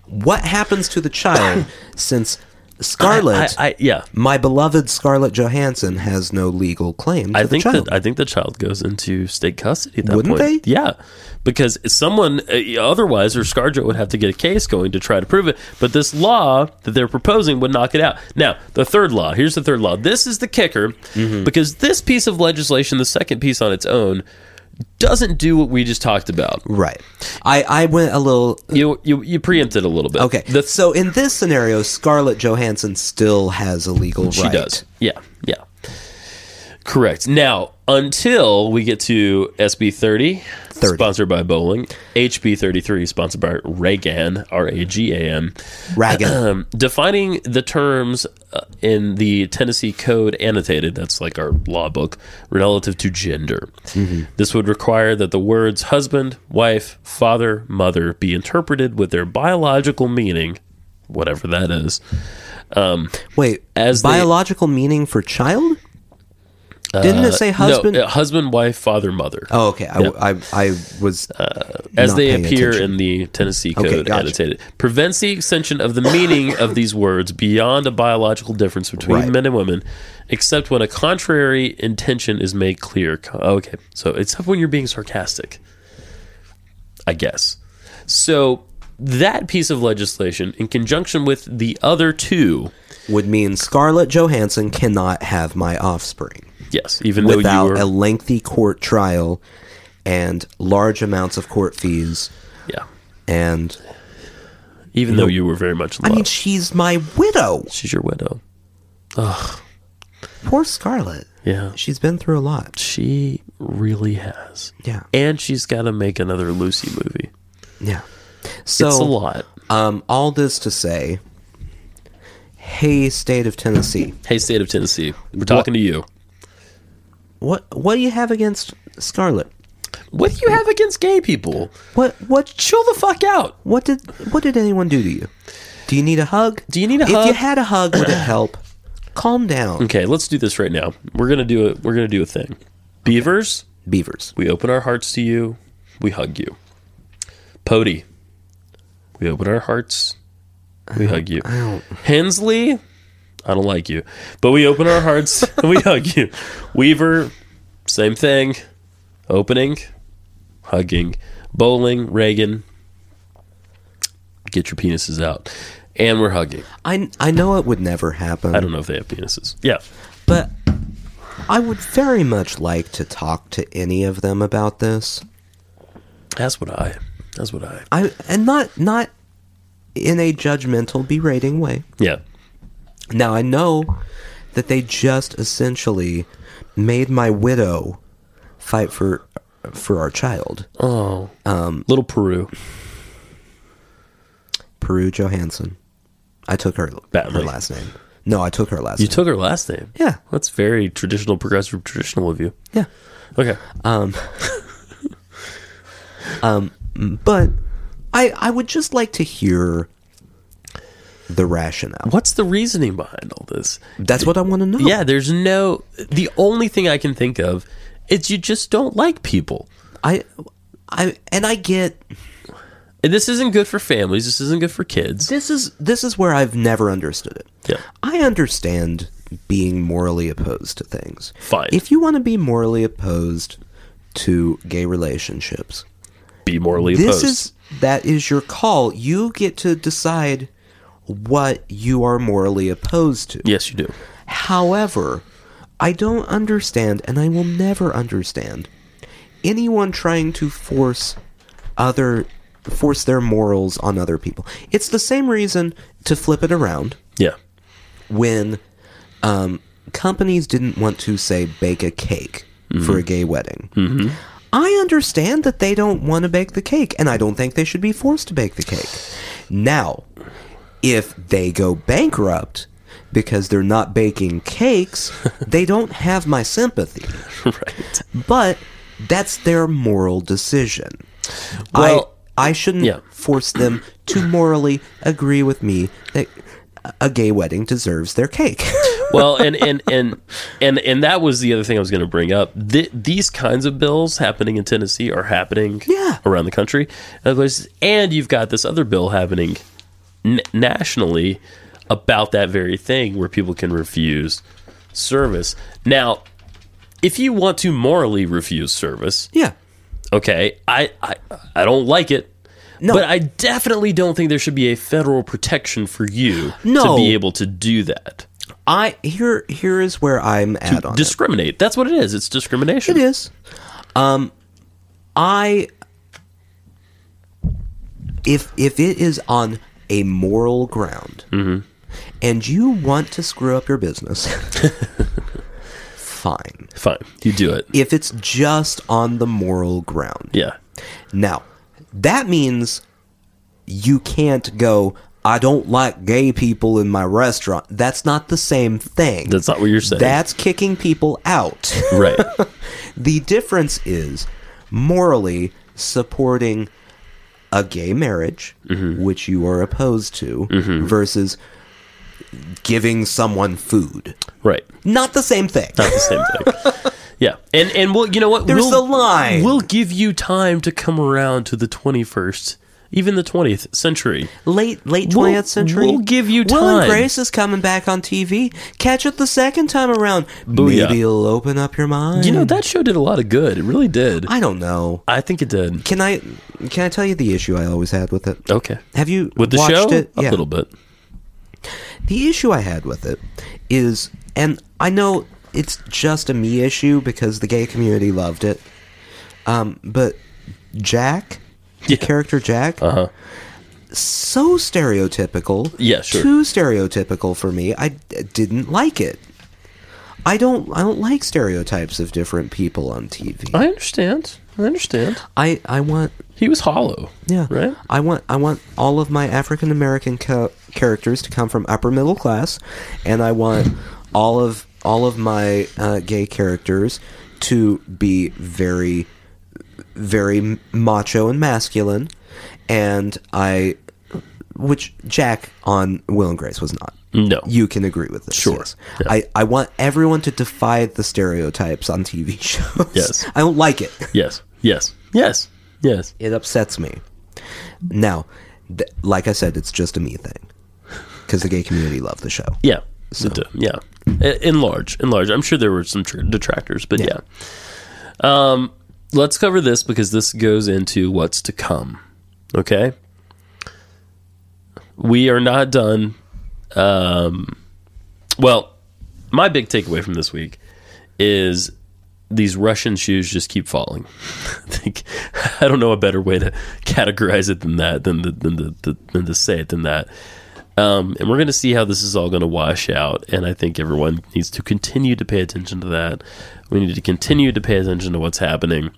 Speaker 1: what happens to the
Speaker 2: [COUGHS]
Speaker 1: child since Scarlett,
Speaker 2: I, I, yeah.
Speaker 1: my beloved Scarlett Johansson, has no legal claim to
Speaker 2: I
Speaker 1: the
Speaker 2: think
Speaker 1: child?
Speaker 2: that I think the child goes into state custody. At that
Speaker 1: Wouldn't
Speaker 2: point.
Speaker 1: they?
Speaker 2: Yeah, because someone uh, otherwise, or Scarjo would have to get a case going to try to prove it. But this law that they're proposing would knock it out. Now, the third law. Here's the third law. This is the kicker,
Speaker 1: Mm-hmm.
Speaker 2: because this piece of legislation, the second piece on its own, doesn't do what we just talked about.
Speaker 1: right. I I went a little
Speaker 2: You you, you preempted a little bit.
Speaker 1: okay.
Speaker 2: The
Speaker 1: so in this scenario, Scarlett Johansson still has a legal
Speaker 2: She
Speaker 1: right.
Speaker 2: does. Yeah. Yeah. Correct. Now, until we get to SB 30,
Speaker 1: 30.
Speaker 2: sponsored by Bowling, HB 33, sponsored by Reagan, R A G A N, [CLEARS THROAT]
Speaker 1: Ragged.
Speaker 2: um, defining the terms uh, in the Tennessee Code annotated, that's like our law book, relative to gender.
Speaker 1: Mm-hmm.
Speaker 2: This would require that the words husband, wife, father, mother be interpreted with their biological meaning, whatever that is.
Speaker 1: Wait,
Speaker 2: as they-
Speaker 1: biological meaning for child? Didn't it say husband?
Speaker 2: No, uh, husband, wife, father, mother.
Speaker 1: Oh, okay. I, I, I was
Speaker 2: as
Speaker 1: not
Speaker 2: they
Speaker 1: paying
Speaker 2: appear
Speaker 1: attention.
Speaker 2: in the Tennessee Code
Speaker 1: Okay, gotcha.
Speaker 2: annotated, prevents the extension of the meaning of these words beyond a biological difference between
Speaker 1: Right.
Speaker 2: men and women, except when a contrary intention is made clear. Co- Okay, so except when you're being sarcastic, I guess. So that piece of legislation, in conjunction with the other two,
Speaker 1: would mean Scarlett Johansson cannot have my offspring
Speaker 2: yes, even though you
Speaker 1: without
Speaker 2: were,
Speaker 1: a lengthy court trial and large amounts of court fees.
Speaker 2: yeah,
Speaker 1: And
Speaker 2: even though you were very much in
Speaker 1: I
Speaker 2: love.
Speaker 1: mean, she's my widow.
Speaker 2: She's your widow.
Speaker 1: Poor Scarlett.
Speaker 2: Yeah.
Speaker 1: She's been through a lot.
Speaker 2: She really has.
Speaker 1: Yeah.
Speaker 2: And she's got to make another Lucy movie.
Speaker 1: Yeah. So
Speaker 2: it's a lot.
Speaker 1: Um, all this to say, hey, state of Tennessee,
Speaker 2: Hey, state of Tennessee, we're talking to you.
Speaker 1: what what do you have against Scarlett?
Speaker 2: What do you have against gay people?
Speaker 1: What what
Speaker 2: Chill the fuck out.
Speaker 1: What did what did anyone do to you? Do you need a hug?
Speaker 2: Do you need a
Speaker 1: if
Speaker 2: hug? Mm.
Speaker 1: If you had a hug, would it help? Calm down,
Speaker 2: Okay, let's do this right now. We're gonna do a we're gonna do a thing. Beavers,
Speaker 1: beavers.
Speaker 2: we open our hearts to you. We hug you. Pody, we open our hearts. We hug you. Hensley, I don't like you, but we open our hearts. and we hug you. Weaver, same thing. Opening, hugging. Bowling, Reagan, get your penises out. And we're hugging.
Speaker 1: I I know it would never happen,
Speaker 2: I don't know if they have penises. Yeah.
Speaker 1: but I would very much like to talk to any of them about this.
Speaker 2: That's what I. That's what I.
Speaker 1: I and not not in a judgmental, berating way.
Speaker 2: Yeah.
Speaker 1: Now I know that they just essentially made my widow fight for for our child.
Speaker 2: Oh. Little Peru.
Speaker 1: Peru Johansson. I took her, her
Speaker 2: Batley.
Speaker 1: last name. No, I took her last
Speaker 2: You
Speaker 1: name.
Speaker 2: took her last name.
Speaker 1: Yeah.
Speaker 2: That's very traditional, progressive, traditional of you.
Speaker 1: yeah.
Speaker 2: Okay.
Speaker 1: Um, um, but I I would just like to hear the rationale.
Speaker 2: What's the reasoning behind all this?
Speaker 1: That's what I want to know.
Speaker 2: Yeah, there's no. The only thing I can think of is you just don't like people.
Speaker 1: I I and I get
Speaker 2: And this isn't good for families. This isn't good for kids.
Speaker 1: this is this is where I've never understood it.
Speaker 2: Yeah.
Speaker 1: I understand being morally opposed to things.
Speaker 2: Fine.
Speaker 1: If you want to be morally opposed to gay relationships,
Speaker 2: Be morally
Speaker 1: this
Speaker 2: opposed.
Speaker 1: is that is your call. You get to decide what you are morally opposed to.
Speaker 2: yes, you do.
Speaker 1: However, I don't understand, and I will never understand, anyone trying to force other force their morals on other people. It's the same reason to flip it around
Speaker 2: Yeah.
Speaker 1: when um, companies didn't want to say bake a cake for a gay wedding. Mm-hmm. I understand that they don't want to bake the cake, and I don't think they should be forced to bake the cake. Now, if they go bankrupt because they're not baking
Speaker 2: [LAUGHS]
Speaker 1: cakes, they don't have my sympathy.
Speaker 2: right.
Speaker 1: But that's their moral decision.
Speaker 2: Well-
Speaker 1: I I shouldn't
Speaker 2: Yeah.
Speaker 1: force them to morally agree with me that a gay wedding deserves their [LAUGHS] cake.
Speaker 2: well, and and and and and that was the other thing I was going to bring up. Th- these kinds of bills happening in Tennessee are happening
Speaker 1: Yeah.
Speaker 2: around the country, Otherwise- and you've got this other bill happening n- nationally about that very thing, where people can refuse service. Now, if you want to morally refuse service,
Speaker 1: yeah.
Speaker 2: okay, I I, I don't like it. But I definitely don't think there should be a federal protection for you
Speaker 1: No.
Speaker 2: to be able to do that.
Speaker 1: I here here is where I'm at on it.
Speaker 2: discriminate. That's what it is. It's discrimination.
Speaker 1: It is. Um I if if it is on a moral ground and you want to screw up your [LAUGHS] business fine.
Speaker 2: Fine. You do it.
Speaker 1: If it's just on the moral ground.
Speaker 2: Yeah.
Speaker 1: Now, that means you can't go, I don't like gay people in my restaurant. That's not the same thing.
Speaker 2: That's not what you're saying.
Speaker 1: That's kicking people out.
Speaker 2: right.
Speaker 1: the difference is morally supporting a gay marriage, which you are opposed to, versus giving someone food.
Speaker 2: Right.
Speaker 1: Not the same thing.
Speaker 2: Not the same
Speaker 1: [LAUGHS]
Speaker 2: thing. Yeah. And and we'll you know what?
Speaker 1: There's
Speaker 2: we'll,
Speaker 1: the line.
Speaker 2: We'll give you time to come around to the 21st, even the 20th century.
Speaker 1: late late
Speaker 2: We'll-
Speaker 1: 20th century.
Speaker 2: we'll give you
Speaker 1: Will
Speaker 2: time.
Speaker 1: and Grace is coming back on TV. Catch it the second time around.
Speaker 2: Booyah.
Speaker 1: Maybe it'll open up your mind.
Speaker 2: You know that show did a lot of good. It really did. I,
Speaker 1: Hmm. I don't know.
Speaker 2: think it did.
Speaker 1: Can I can I tell you the issue I always had with it?
Speaker 2: Okay.
Speaker 1: Have you
Speaker 2: With the
Speaker 1: watched
Speaker 2: show,
Speaker 1: it?
Speaker 2: a little bit.
Speaker 1: The issue I had with it is, and I know it's just a me issue because the gay community loved it, um, but Jack, the
Speaker 2: Yeah.
Speaker 1: character Jack,
Speaker 2: Uh-huh.
Speaker 1: so stereotypical.
Speaker 2: Yeah, sure.
Speaker 1: Too stereotypical for me. I d- didn't like it. I don't. I don't like stereotypes of different people on TV.
Speaker 2: I understand. I understand.
Speaker 1: I. I want.
Speaker 2: He was hollow.
Speaker 1: Yeah.
Speaker 2: Right?
Speaker 1: I want. I want all of my African American co- characters to come from upper middle class, and I want all of all of my uh, gay characters to be very, very macho and masculine, and I. Which Jack on Will and Grace was not
Speaker 2: No.
Speaker 1: you can agree with this.
Speaker 2: Sure.
Speaker 1: yes.
Speaker 2: Yeah.
Speaker 1: I, I want everyone to defy the stereotypes on TV [LAUGHS] shows.
Speaker 2: Yes.
Speaker 1: I don't like it.
Speaker 2: yes. Yes. Yes. Yes.
Speaker 1: It upsets me. Now, th- like I said, it's just a me thing because the gay community loved the show.
Speaker 2: Yeah. It do- yeah. I- In large, in large. I'm sure there were some tr- detractors, but yeah. Um, let's cover this because this goes into what's to come. Okay. We are not done. Um, well, my big takeaway from this week is these Russian shoes just keep falling. [LAUGHS] I think I don't know a better way to categorize it than that, than the, than the, the than to say it than that. Um, and we're going to see how this is all going to wash out. And I think everyone needs to continue to pay attention to that. We need to continue to pay attention to what's happening.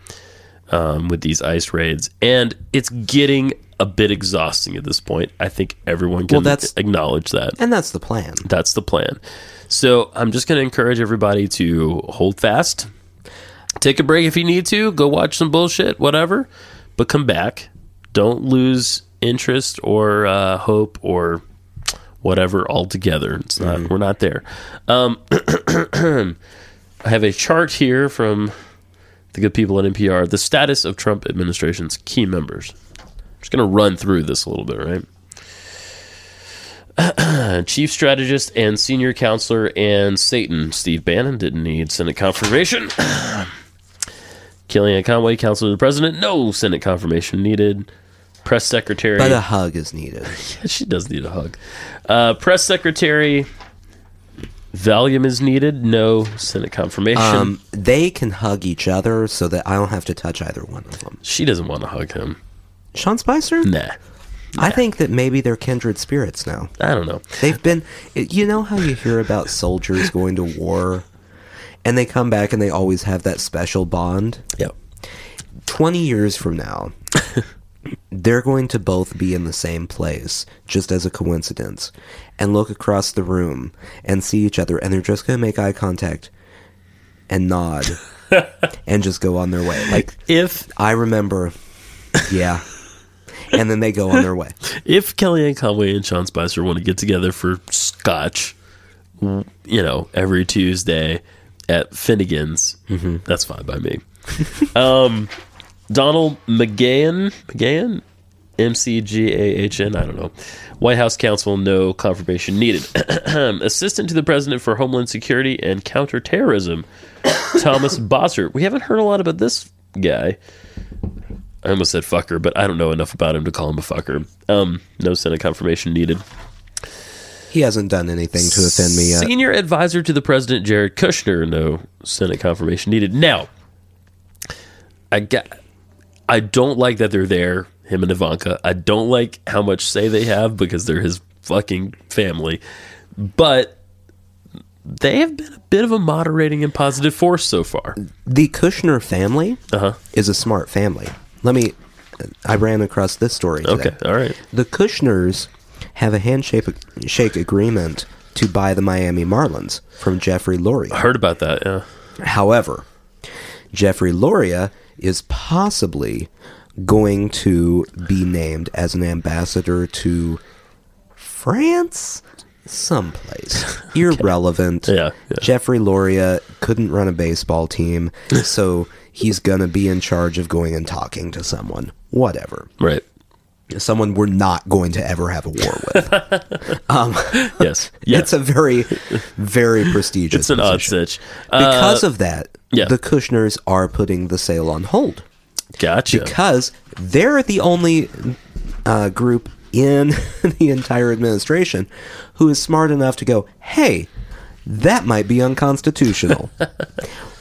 Speaker 2: um, with these ice raids, and it's getting a bit exhausting at this point. I think everyone can
Speaker 1: Well, that's-
Speaker 2: acknowledge that.
Speaker 1: And that's the plan.
Speaker 2: That's the plan. So I'm just going to encourage everybody to hold fast, take a break if you need to, go watch some bullshit, whatever, but come back. Don't lose interest or uh, hope or whatever altogether. It's not. We're not there. Um, [CLEARS THROAT] I have a chart here from the good people at NPR. The status of Trump administration's key members. I'm just going to run through this a little bit, right? [CLEARS THROAT] Chief strategist and senior counselor and Satan, Steve Bannon, didn't need Senate confirmation. [CLEARS THROAT] Kellyanne Conway, counselor to the president, no Senate confirmation needed. Press secretary,
Speaker 1: But a hug is needed.
Speaker 2: [LAUGHS] she does need a hug. Uh, press secretary, Valium is needed, no Senate confirmation.
Speaker 1: Um, they can hug each other so that I don't have to touch either one of them.
Speaker 2: she doesn't want to hug him.
Speaker 1: Sean Spicer?
Speaker 2: Nah,
Speaker 1: I think that maybe they're kindred spirits now.
Speaker 2: I don't know.
Speaker 1: They've been, you know how you hear about soldiers going to war and they come back and they always have that special bond?
Speaker 2: Yep.
Speaker 1: 20 years from now, they're going to both be in the same place, just as a coincidence, and look across the room and see each other, and they're just going to make eye contact and nod and just go on their way. Like,
Speaker 2: If
Speaker 1: I remember, yeah. And then they go on their way.
Speaker 2: if Kellyanne Conway and Sean Spicer want to get together for scotch, you know, every Tuesday at Finnegan's, that's fine by me. [LAUGHS] um, Donald McGahn, McGahn, M C G A H N, I don't know. White House counsel, no confirmation needed. [CLEARS THROAT] Assistant to the President for Homeland Security and Counterterrorism, [COUGHS] Thomas Bossert. We haven't heard a lot about this guy. I almost said fucker, but I don't know enough about him to call him a fucker. Um, no Senate confirmation needed.
Speaker 1: He hasn't done anything to offend me uh, yet.
Speaker 2: Senior advisor to the president, Jared Kushner. No Senate confirmation needed. Now, I got. I don't like that they're there, him and Ivanka. I don't like how much say they have because they're his fucking family. But they have been a bit of a moderating and positive force so far.
Speaker 1: The Kushner family
Speaker 2: Uh huh.
Speaker 1: is a smart family. Let me. I ran across this story. Today.
Speaker 2: Okay. All right.
Speaker 1: The Kushners have a handshake shake agreement to buy the Miami Marlins from Jeffrey
Speaker 2: I
Speaker 1: Loria.
Speaker 2: heard about that. Yeah.
Speaker 1: However, Jeffrey Loria is possibly going to be named as an ambassador to France
Speaker 2: [LAUGHS]
Speaker 1: someplace. Irrelevant.
Speaker 2: Yeah, yeah.
Speaker 1: Jeffrey Loria couldn't run a baseball
Speaker 2: [LAUGHS]
Speaker 1: team, so he's going to be in charge of going and talking to someone. Whatever
Speaker 2: Right.
Speaker 1: someone we're not going to ever have a war with.
Speaker 2: Yes.
Speaker 1: [LAUGHS]
Speaker 2: Yeah.
Speaker 1: It's a very, very
Speaker 2: [LAUGHS]
Speaker 1: prestigious.
Speaker 2: It's an odd
Speaker 1: position.
Speaker 2: sitch. Uh,
Speaker 1: Because of that,
Speaker 2: yeah.
Speaker 1: the Kushners are putting the sale on hold
Speaker 2: gotcha.
Speaker 1: because they're the only uh, group in [LAUGHS] the entire administration who is smart enough to go, hey, that might be
Speaker 2: [LAUGHS]
Speaker 1: unconstitutional.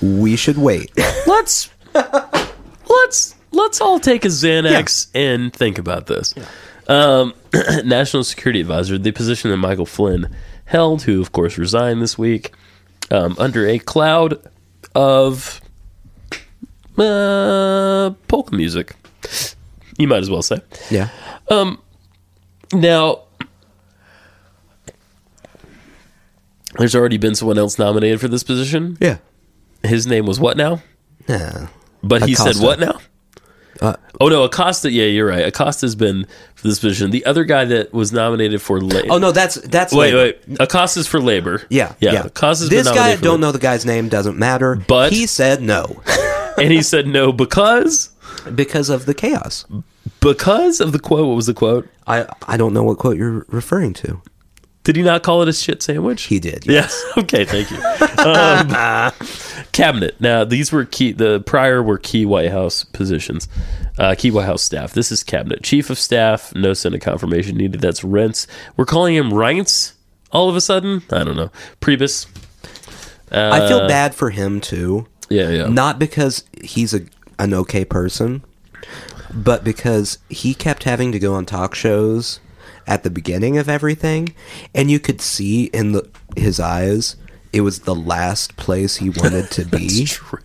Speaker 1: we should wait.
Speaker 2: let's let's let's all take a Xanax and think about this. Um, [CLEARS THROAT] National Security Advisor, the position that Michael Flynn held, who of course resigned this week, um, under a cloud of uh, polka music. You might as well say.
Speaker 1: [LAUGHS] yeah.
Speaker 2: Now, there's already been someone else nominated for this position.
Speaker 1: Yeah.
Speaker 2: His name was what now?
Speaker 1: Yeah. Uh,
Speaker 2: But he said
Speaker 1: Acosta.
Speaker 2: what now? oh no, Acosta. Yeah, you're right. Acosta's been for this position. The other guy that was nominated for labor.
Speaker 1: Oh no, that's that's
Speaker 2: wait,
Speaker 1: later.
Speaker 2: wait. Acosta's for labor.
Speaker 1: Yeah,
Speaker 2: yeah. Acosta's
Speaker 1: this guy
Speaker 2: been nominated for
Speaker 1: don't
Speaker 2: labor.
Speaker 1: know the guy's name doesn't matter.
Speaker 2: But-
Speaker 1: he said
Speaker 2: [LAUGHS]
Speaker 1: no
Speaker 2: and he said no because
Speaker 1: because of the chaos.
Speaker 2: because of the quote. What was the quote?
Speaker 1: I I don't know what quote you're referring to.
Speaker 2: Did he not call it a shit sandwich?
Speaker 1: He did.
Speaker 2: Yes. [LAUGHS] Okay. Thank you. Um, cabinet. Now these were key. The prior were key White House positions, uh, key White House staff. This is cabinet chief of staff. No Senate confirmation needed. That's Rents. We're calling him Rents. All of a sudden, I don't know. Priebus. Uh,
Speaker 1: I feel bad for him too.
Speaker 2: Yeah. Yeah.
Speaker 1: Not because he's a an okay person, but because he kept having to go on talk shows at the beginning of everything, and you could see in the his eyes it was the last place he wanted
Speaker 2: [LAUGHS]
Speaker 1: to be.
Speaker 2: True.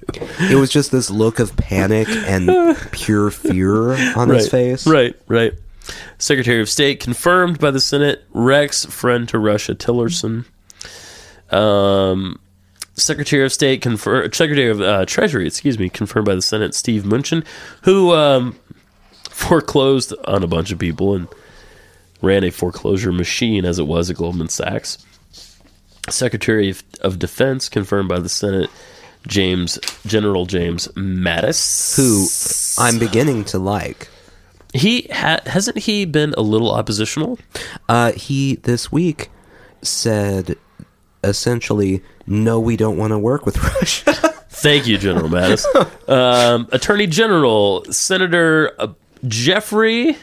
Speaker 1: it was just this look of panic and pure fear on his
Speaker 2: Right.
Speaker 1: face.
Speaker 2: Right, right. Secretary of State confirmed by the Senate. Rex, friend to Russia, Tillerson. Um, Secretary of State confirmed. Secretary of uh, Treasury, excuse me, confirmed by the Senate. Steve Mnuchin, who um, foreclosed on a bunch of people and ran a foreclosure machine, as it was at Goldman Sachs. Secretary of, of Defense confirmed by the Senate. James General James Mattis,
Speaker 1: Who I'm beginning to like.
Speaker 2: he ha- hasn't he been a little oppositional?
Speaker 1: Uh, he this week said essentially, no, we don't want to work with [LAUGHS]
Speaker 2: [LAUGHS]
Speaker 1: Russia.
Speaker 2: Thank you, General
Speaker 1: [LAUGHS]
Speaker 2: Mattis. um, Attorney General Senator uh, Jeffrey. Am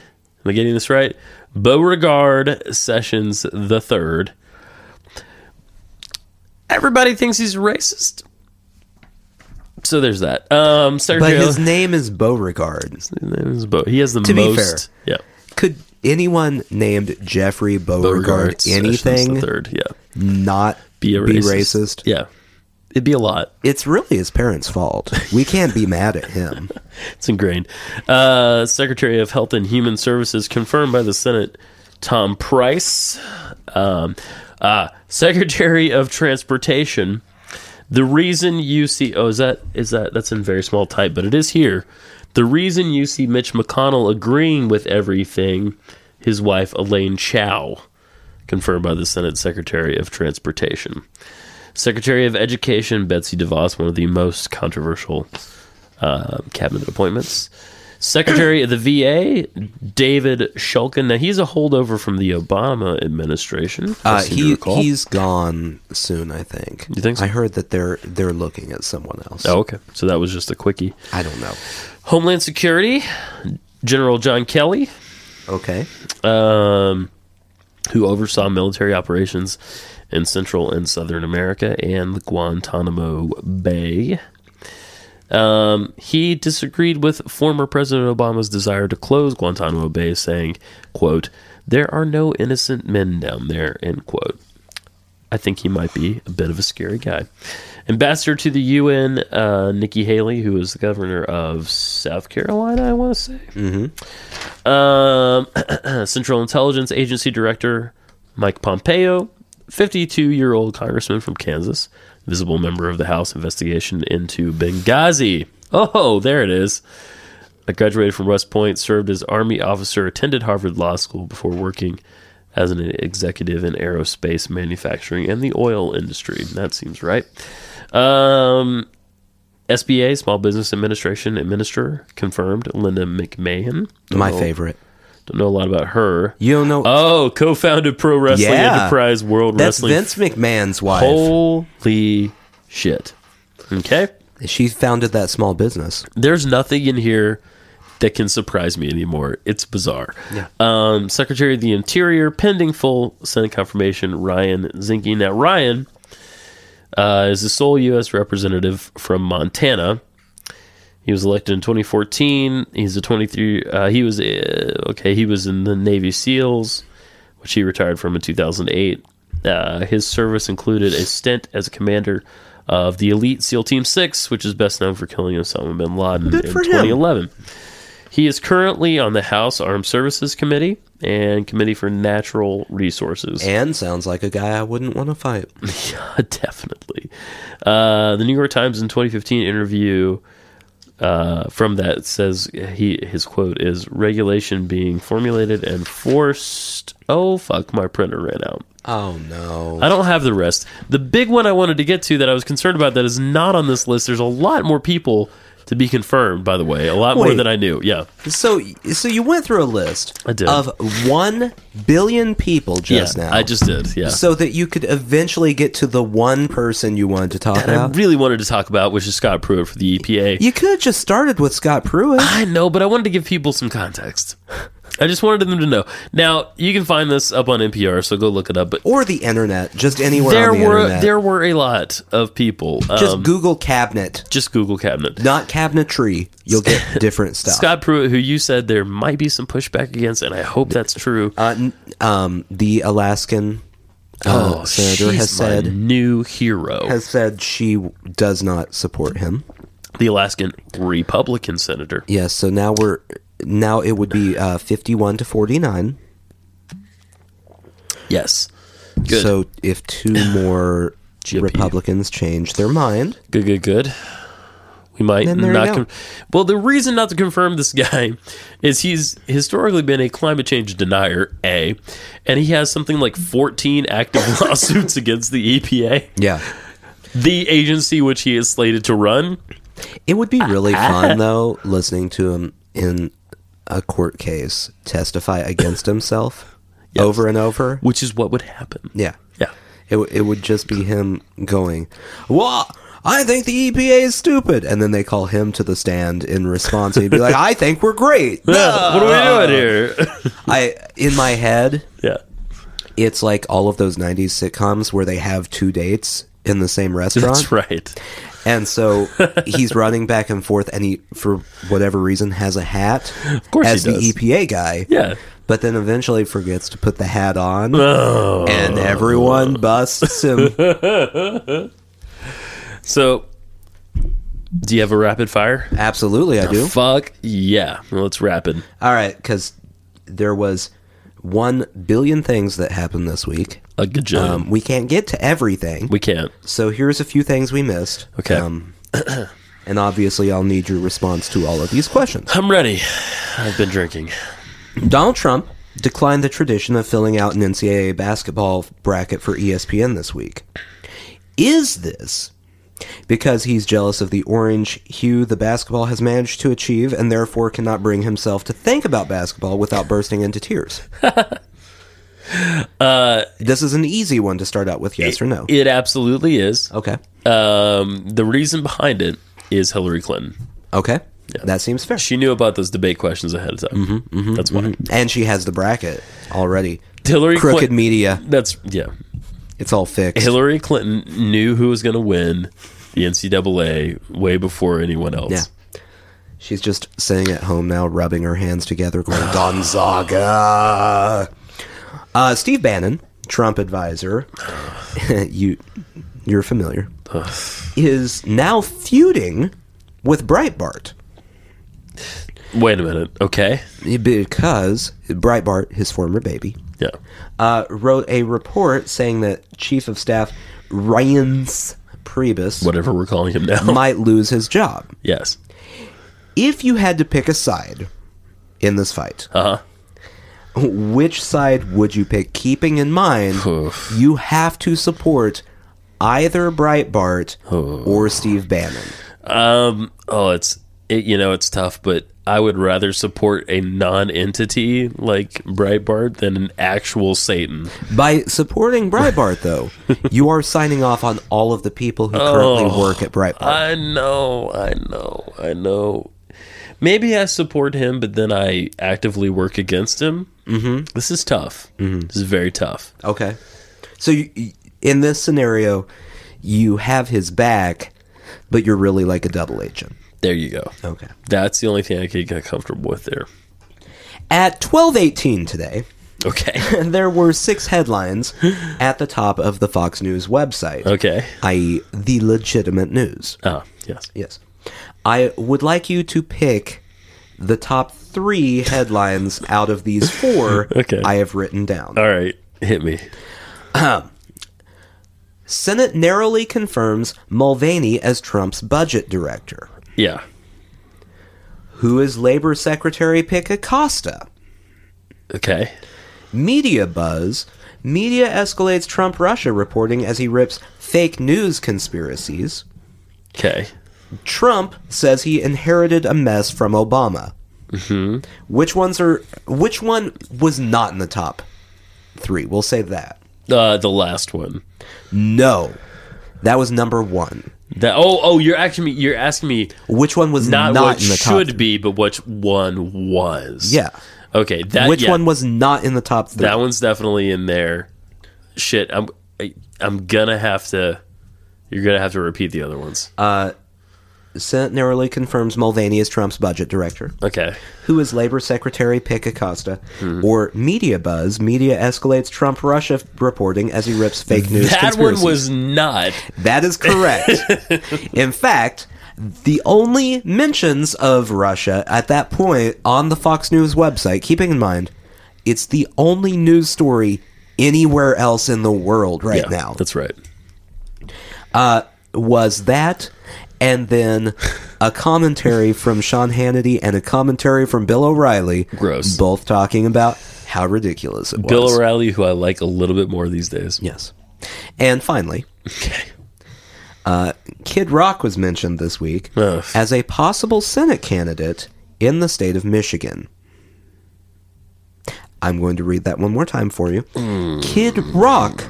Speaker 2: I getting this right? Beauregard Sessions the third. Everybody thinks he's racist. So there's that. Um,
Speaker 1: but
Speaker 2: Secretary.
Speaker 1: his name is Beauregard.
Speaker 2: his name is Beau- he has the
Speaker 1: To be
Speaker 2: most. Yeah.
Speaker 1: Could anyone named Jeffrey Beauregard,
Speaker 2: Sessions
Speaker 1: anything
Speaker 2: the third. Yeah.
Speaker 1: not
Speaker 2: Be a racist.
Speaker 1: racist?
Speaker 2: Yeah. It'd be a lot.
Speaker 1: It's really his parents' fault. We can't be mad at
Speaker 2: [LAUGHS]
Speaker 1: him.
Speaker 2: It's ingrained. Uh, Secretary of Health and Human Services confirmed by the Senate, Tom Price. Um, uh, Secretary of Transportation. The reason you see oh is that is that that's in very small type, but it is here. The reason you see Mitch McConnell agreeing with everything, his wife Elaine Chao, confirmed by the Senate Secretary of Transportation. Secretary of Education Betsy DeVos, one of the most controversial uh, cabinet appointments. Secretary of the VA, David Shulkin. Now, he's a holdover from the Obama administration. I
Speaker 1: Uh,
Speaker 2: seem to
Speaker 1: he
Speaker 2: recall.
Speaker 1: he's gone soon, I think.
Speaker 2: You think so?
Speaker 1: I heard that they're they're looking at someone else.
Speaker 2: Oh, okay. So that was just a quickie.
Speaker 1: I don't know.
Speaker 2: Homeland Security, General John Kelly,
Speaker 1: Okay.
Speaker 2: um, who oversaw military operations in Central and Southern America and the Guantanamo Bay. Um, he disagreed with former President Obama's desire to close Guantanamo Bay, saying, quote, there are no innocent men down there, end quote. I think he might be a bit of a scary guy. Ambassador to the UN, uh, Nikki Haley, who is the governor of South Carolina, I want to say. Um, Central Intelligence Agency Director Mike Pompeo, 52 year old congressman from Kansas, visible member of the House investigation into Benghazi. Oh, there it is. I graduated from West Point, served as Army officer, attended Harvard Law School before working as an executive in aerospace manufacturing and the oil industry. That seems right. Um, SBA, Small Business Administration Administrator, confirmed Linda McMahon.
Speaker 1: My
Speaker 2: Oh.
Speaker 1: favorite.
Speaker 2: Don't know a lot about her.
Speaker 1: You don't know
Speaker 2: Oh, co-founded Pro Wrestling
Speaker 1: Yeah.
Speaker 2: Enterprise World
Speaker 1: that's
Speaker 2: Wrestling.
Speaker 1: Vince McMahon's wife.
Speaker 2: Holy shit. Okay.
Speaker 1: She founded that small business.
Speaker 2: There's nothing in here that can surprise me anymore. It's bizarre.
Speaker 1: Yeah.
Speaker 2: Um, Secretary of the Interior, pending full Senate confirmation, Ryan Zinke. Now, Ryan uh, is the sole U.S. representative from Montana. He was elected in 2014. He's a 23. Uh, he was uh, okay. He was in the Navy SEALs, which he retired from in 2008. Uh, his service included a stint as a commander of the elite SEAL Team Six, which is best known for killing Osama bin Laden
Speaker 1: Good
Speaker 2: in
Speaker 1: for him.
Speaker 2: 2011. He is currently on the House Armed Services Committee and Committee for Natural Resources.
Speaker 1: And sounds like a guy I wouldn't want to fight.
Speaker 2: Yeah, [LAUGHS] definitely. Uh, the New York Times in 2015 interview uh, from that says he his quote is regulation being formulated and forced. Oh fuck, my printer ran out.
Speaker 1: Oh no.
Speaker 2: I don't have the rest. The big one I wanted to get to that I was concerned about that is not on this list. There's a lot more people to be confirmed. By the way, a lot more
Speaker 1: Wait.
Speaker 2: than I knew. Yeah,
Speaker 1: So so you went through a list
Speaker 2: I did.
Speaker 1: of 1 billion people just
Speaker 2: yeah,
Speaker 1: now.
Speaker 2: I just did. Yeah.
Speaker 1: so that you could eventually get to the one person you wanted to talk
Speaker 2: And I
Speaker 1: about.
Speaker 2: really wanted to talk about, which is Scott Pruitt for the E EPA.
Speaker 1: you could have just started with Scott Pruitt.
Speaker 2: I know, but I wanted to give people some context. I just wanted them to know. Now you can find this up on NPR, so go look it up. But
Speaker 1: or the internet, just anywhere
Speaker 2: there
Speaker 1: on the
Speaker 2: were
Speaker 1: internet.
Speaker 2: there were a lot of people.
Speaker 1: just
Speaker 2: um,
Speaker 1: Google cabinet,
Speaker 2: just Google cabinet.
Speaker 1: not cabinetry. You'll get
Speaker 2: [LAUGHS]
Speaker 1: different stuff.
Speaker 2: Scott Pruitt, who you said there might be some pushback against, and I hope that's true.
Speaker 1: Uh, n- um, the Alaskan Uh,
Speaker 2: Oh,
Speaker 1: Senator
Speaker 2: she's
Speaker 1: has
Speaker 2: my
Speaker 1: said
Speaker 2: new hero,
Speaker 1: has said she does not support him.
Speaker 2: the Alaskan Republican senator.
Speaker 1: Yes, so now we're now it would be uh, fifty-one to forty-nine.
Speaker 2: Yes, good,
Speaker 1: So if
Speaker 2: [LAUGHS]
Speaker 1: two more
Speaker 2: GOP.
Speaker 1: Republicans change their mind,
Speaker 2: good, good, good. We might
Speaker 1: Then there you
Speaker 2: not.
Speaker 1: go.
Speaker 2: con- well, the reason not to confirm this [LAUGHS] guy is he's historically been a climate change denier, a, and he has something like fourteen active [LAUGHS] lawsuits against the EPA,
Speaker 1: yeah,
Speaker 2: the agency which he is slated to run.
Speaker 1: it would be
Speaker 2: [LAUGHS]
Speaker 1: really fun though listening to him in a court case testify against
Speaker 2: [LAUGHS]
Speaker 1: himself over and over.
Speaker 2: which is what would happen.
Speaker 1: Yeah,
Speaker 2: Yeah.
Speaker 1: It, w- it would just be him going, Well, I think the EPA is stupid. And then they call him to the stand in response. And he'd be like,
Speaker 2: [LAUGHS]
Speaker 1: I think we're great.
Speaker 2: what are we doing here? [LAUGHS]
Speaker 1: I, in my head,
Speaker 2: yeah.
Speaker 1: it's like all of those 90s sitcoms where they have two dates in the same restaurant.
Speaker 2: That's right.
Speaker 1: And
Speaker 2: [LAUGHS]
Speaker 1: so he's running back and forth, and he, for whatever reason, has a hat of
Speaker 2: course he
Speaker 1: as
Speaker 2: does.
Speaker 1: the EPA guy.
Speaker 2: Yeah.
Speaker 1: But then eventually forgets to put the hat on,
Speaker 2: Oh.
Speaker 1: and everyone busts
Speaker 2: [LAUGHS]
Speaker 1: him.
Speaker 2: So, do you have a rapid fire?
Speaker 1: Absolutely, I do.
Speaker 2: Fuck yeah. Well, it's rapid.
Speaker 1: All right, because there was one billion things that happened this week.
Speaker 2: A good job.
Speaker 1: Um, we can't get to everything,
Speaker 2: we can't.
Speaker 1: so here's a few things we missed.
Speaker 2: Okay.
Speaker 1: Um, [CLEARS THROAT] and obviously, I'll need your response to all of these
Speaker 2: [CLEARS THROAT]
Speaker 1: questions.
Speaker 2: I'm ready. I've been drinking.
Speaker 1: Donald Trump declined the tradition of filling out an NCAA basketball bracket for E ESPN this week. Is this because he's jealous of the orange hue the basketball has managed to achieve and therefore cannot bring himself to think about basketball without bursting into
Speaker 2: [LAUGHS]
Speaker 1: tears? this is an easy one to start out with yes or no.
Speaker 2: Uh, It absolutely is.
Speaker 1: okay.
Speaker 2: Um, the reason behind it is Hillary Clinton.
Speaker 1: Okay. That seems fair.
Speaker 2: She knew about those debate questions ahead of time.
Speaker 1: Mm-hmm,
Speaker 2: That's why.
Speaker 1: And she has the bracket already.
Speaker 2: Hillary
Speaker 1: Crooked
Speaker 2: Clinton.
Speaker 1: media.
Speaker 2: That's, yeah.
Speaker 1: It's all fixed.
Speaker 2: Hillary Clinton knew who was going to win the NCAA way before anyone else.
Speaker 1: Yeah. She's just sitting at home now, rubbing her hands together,
Speaker 2: [SIGHS]
Speaker 1: going, Gonzaga. Uh, Steve Bannon, Trump advisor, [LAUGHS] you, you're
Speaker 2: [SIGHS]
Speaker 1: familiar, is now feuding with Breitbart
Speaker 2: Wait a minute. Okay.
Speaker 1: because Breitbart, his former baby,
Speaker 2: Yeah.
Speaker 1: uh, wrote a report saying that Chief of Staff Ryan's Priebus
Speaker 2: Whatever we're calling him now.
Speaker 1: might lose his job.
Speaker 2: yes.
Speaker 1: If you had to pick a side in this fight,
Speaker 2: Uh huh.
Speaker 1: which side would you pick? Keeping in mind,
Speaker 2: Oof.
Speaker 1: you have to support either Breitbart or Steve Bannon.
Speaker 2: Um. Oh, it's it. You know, it's tough, but I would rather support a non-entity like Breitbart than an actual Satan.
Speaker 1: By supporting
Speaker 2: [LAUGHS]
Speaker 1: Breitbart, though, you are signing off on all of the people who currently work at Breitbart.
Speaker 2: Oh. I know. I know. I know. Maybe I support him, but then I actively work against him. Mm-hmm. This is tough.
Speaker 1: Mm-hmm.
Speaker 2: This is very tough.
Speaker 1: Okay. So you, you- in this scenario, you have his back, but you're really like a double agent.
Speaker 2: There you go.
Speaker 1: Okay.
Speaker 2: That's the only thing I could get comfortable with there.
Speaker 1: At 12:18 today, [LAUGHS]
Speaker 2: Okay.
Speaker 1: there were six headlines at the top of the Fox News website.
Speaker 2: okay.
Speaker 1: i.e., the legitimate news.
Speaker 2: Ah, yes.
Speaker 1: Yes. I would like you to pick the top three headlines out of these four
Speaker 2: [LAUGHS] Okay.
Speaker 1: I have written down.
Speaker 2: All right. Hit me.
Speaker 1: Senate narrowly confirms Mulvaney as Trump's budget director.
Speaker 2: Yeah.
Speaker 1: Who is Labor Secretary Pick Acosta?
Speaker 2: Okay.
Speaker 1: Media buzz. Media escalates Trump Russia reporting as he rips fake news conspiracies.
Speaker 2: Okay.
Speaker 1: Trump says he inherited a mess from Obama.
Speaker 2: Mm-hmm.
Speaker 1: Which ones are? Which one was not in the top three? We'll say that.
Speaker 2: Uh, the last one.
Speaker 1: No, that was number one.
Speaker 2: That. Oh. Oh. You're asking me. You're asking me
Speaker 1: Which one was
Speaker 2: not,
Speaker 1: not,
Speaker 2: what
Speaker 1: in the top?
Speaker 2: should
Speaker 1: three?
Speaker 2: be, but which one was.
Speaker 1: Yeah.
Speaker 2: Okay. That.
Speaker 1: Which
Speaker 2: Uh, yeah,
Speaker 1: one was not in the top three?
Speaker 2: That one's definitely in there. Shit. I'm.
Speaker 1: Uh,
Speaker 2: I, I'm gonna have to. You're gonna have to repeat the other ones.
Speaker 1: Senate narrowly confirms Mulvaney as Trump's budget director.
Speaker 2: Okay.
Speaker 1: Who is Labor Secretary Pick Acosta?
Speaker 2: Mm-hmm.
Speaker 1: Or media buzz? Media escalates Trump Russia f- reporting as he rips fake news.
Speaker 2: That one
Speaker 1: conspiracies.
Speaker 2: was not.
Speaker 1: That is
Speaker 2: [LAUGHS]
Speaker 1: correct. In fact, the only mentions of Russia at that point on the Fox News website, keeping in mind, it's the only news story anywhere else in the world right
Speaker 2: Yeah,
Speaker 1: now,
Speaker 2: That's right.
Speaker 1: was that and then a commentary from Sean Hannity and a commentary from Bill O'Reilly.
Speaker 2: Gross.
Speaker 1: Both talking about how ridiculous it
Speaker 2: Bill
Speaker 1: was.
Speaker 2: O'Reilly, who I like a little bit more these days.
Speaker 1: Yes. And finally,
Speaker 2: Okay.
Speaker 1: Kid Rock was mentioned this week
Speaker 2: Ugh.
Speaker 1: as a possible Senate candidate in the state of Michigan. I'm going to read that one more time for you.
Speaker 2: Hmm.
Speaker 1: Kid Rock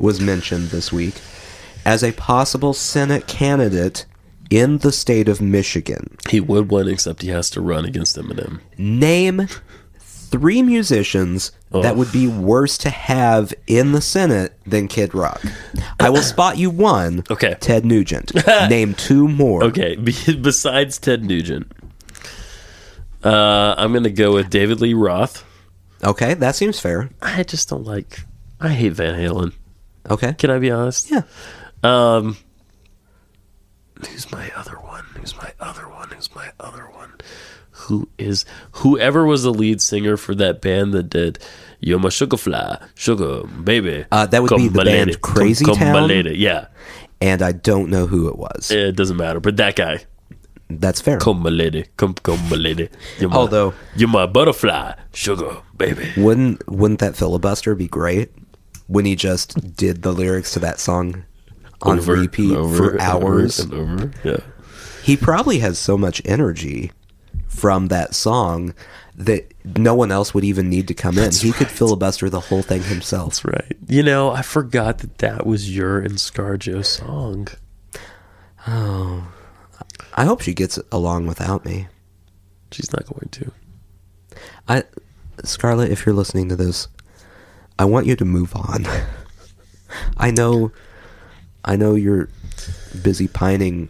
Speaker 1: was mentioned this week as a possible Senate candidate in the state of Michigan.
Speaker 2: He would win, except he has to run against Eminem.
Speaker 1: Name three musicians that
Speaker 2: Ugh.
Speaker 1: would be worse to have in the Senate than Kid Rock. I will spot you one.
Speaker 2: Okay.
Speaker 1: Ted
Speaker 2: [LAUGHS]
Speaker 1: Nugent. Name two more.
Speaker 2: Okay. [LAUGHS] be- Besides Ted Nugent, uh, I'm going to go with David Lee Roth.
Speaker 1: Okay, that seems fair.
Speaker 2: I just don't like. I hate Van Halen.
Speaker 1: Okay.
Speaker 2: Can I be honest?
Speaker 1: Yeah.
Speaker 2: Um, who's my other one? Who's my other one? Who's my other one? Who is whoever was the lead singer for that band that did "You're My Sugar Fly, Sugar Baby"?
Speaker 1: Uh, that would be the
Speaker 2: my
Speaker 1: band
Speaker 2: lady.
Speaker 1: Crazy
Speaker 2: come, come my
Speaker 1: Town?
Speaker 2: lady. Yeah,
Speaker 1: And I don't know who it was.
Speaker 2: it doesn't matter. But that guy,
Speaker 1: That's fair.
Speaker 2: come my lady, come come my lady. You're my,
Speaker 1: Although-
Speaker 2: you're my butterfly, sugar baby.
Speaker 1: Wouldn't wouldn't that filibuster be great when he just did the lyrics to that song on
Speaker 2: Over and
Speaker 1: repeat
Speaker 2: over
Speaker 1: for
Speaker 2: and
Speaker 1: hours?
Speaker 2: over and over. Yeah,
Speaker 1: He probably has so much energy from that song that no one else would even need to come in. He could filibuster the whole thing himself.
Speaker 2: that's right. You know, I forgot that that was your and ScarJo song.
Speaker 1: I hope she gets along without me.
Speaker 2: She's not going to.
Speaker 1: I Scarlett, if you're listening to this, I want you to move on. [LAUGHS] I know I know you're busy pining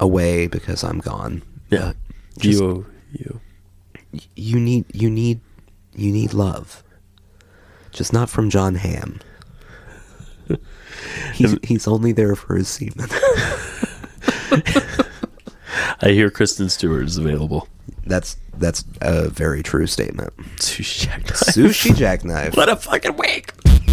Speaker 1: away because I'm gone.
Speaker 2: Yeah.
Speaker 1: Just-
Speaker 2: you, you.
Speaker 1: You need you need you need love. Just not from John Hamm. He's, he's only there for his semen.
Speaker 2: I hear Kristen Stewart is available.
Speaker 1: [LAUGHS] That's that's a very true statement.
Speaker 2: Sushi Jack [LAUGHS]
Speaker 1: Sushi jackknife.
Speaker 2: What a fucking week.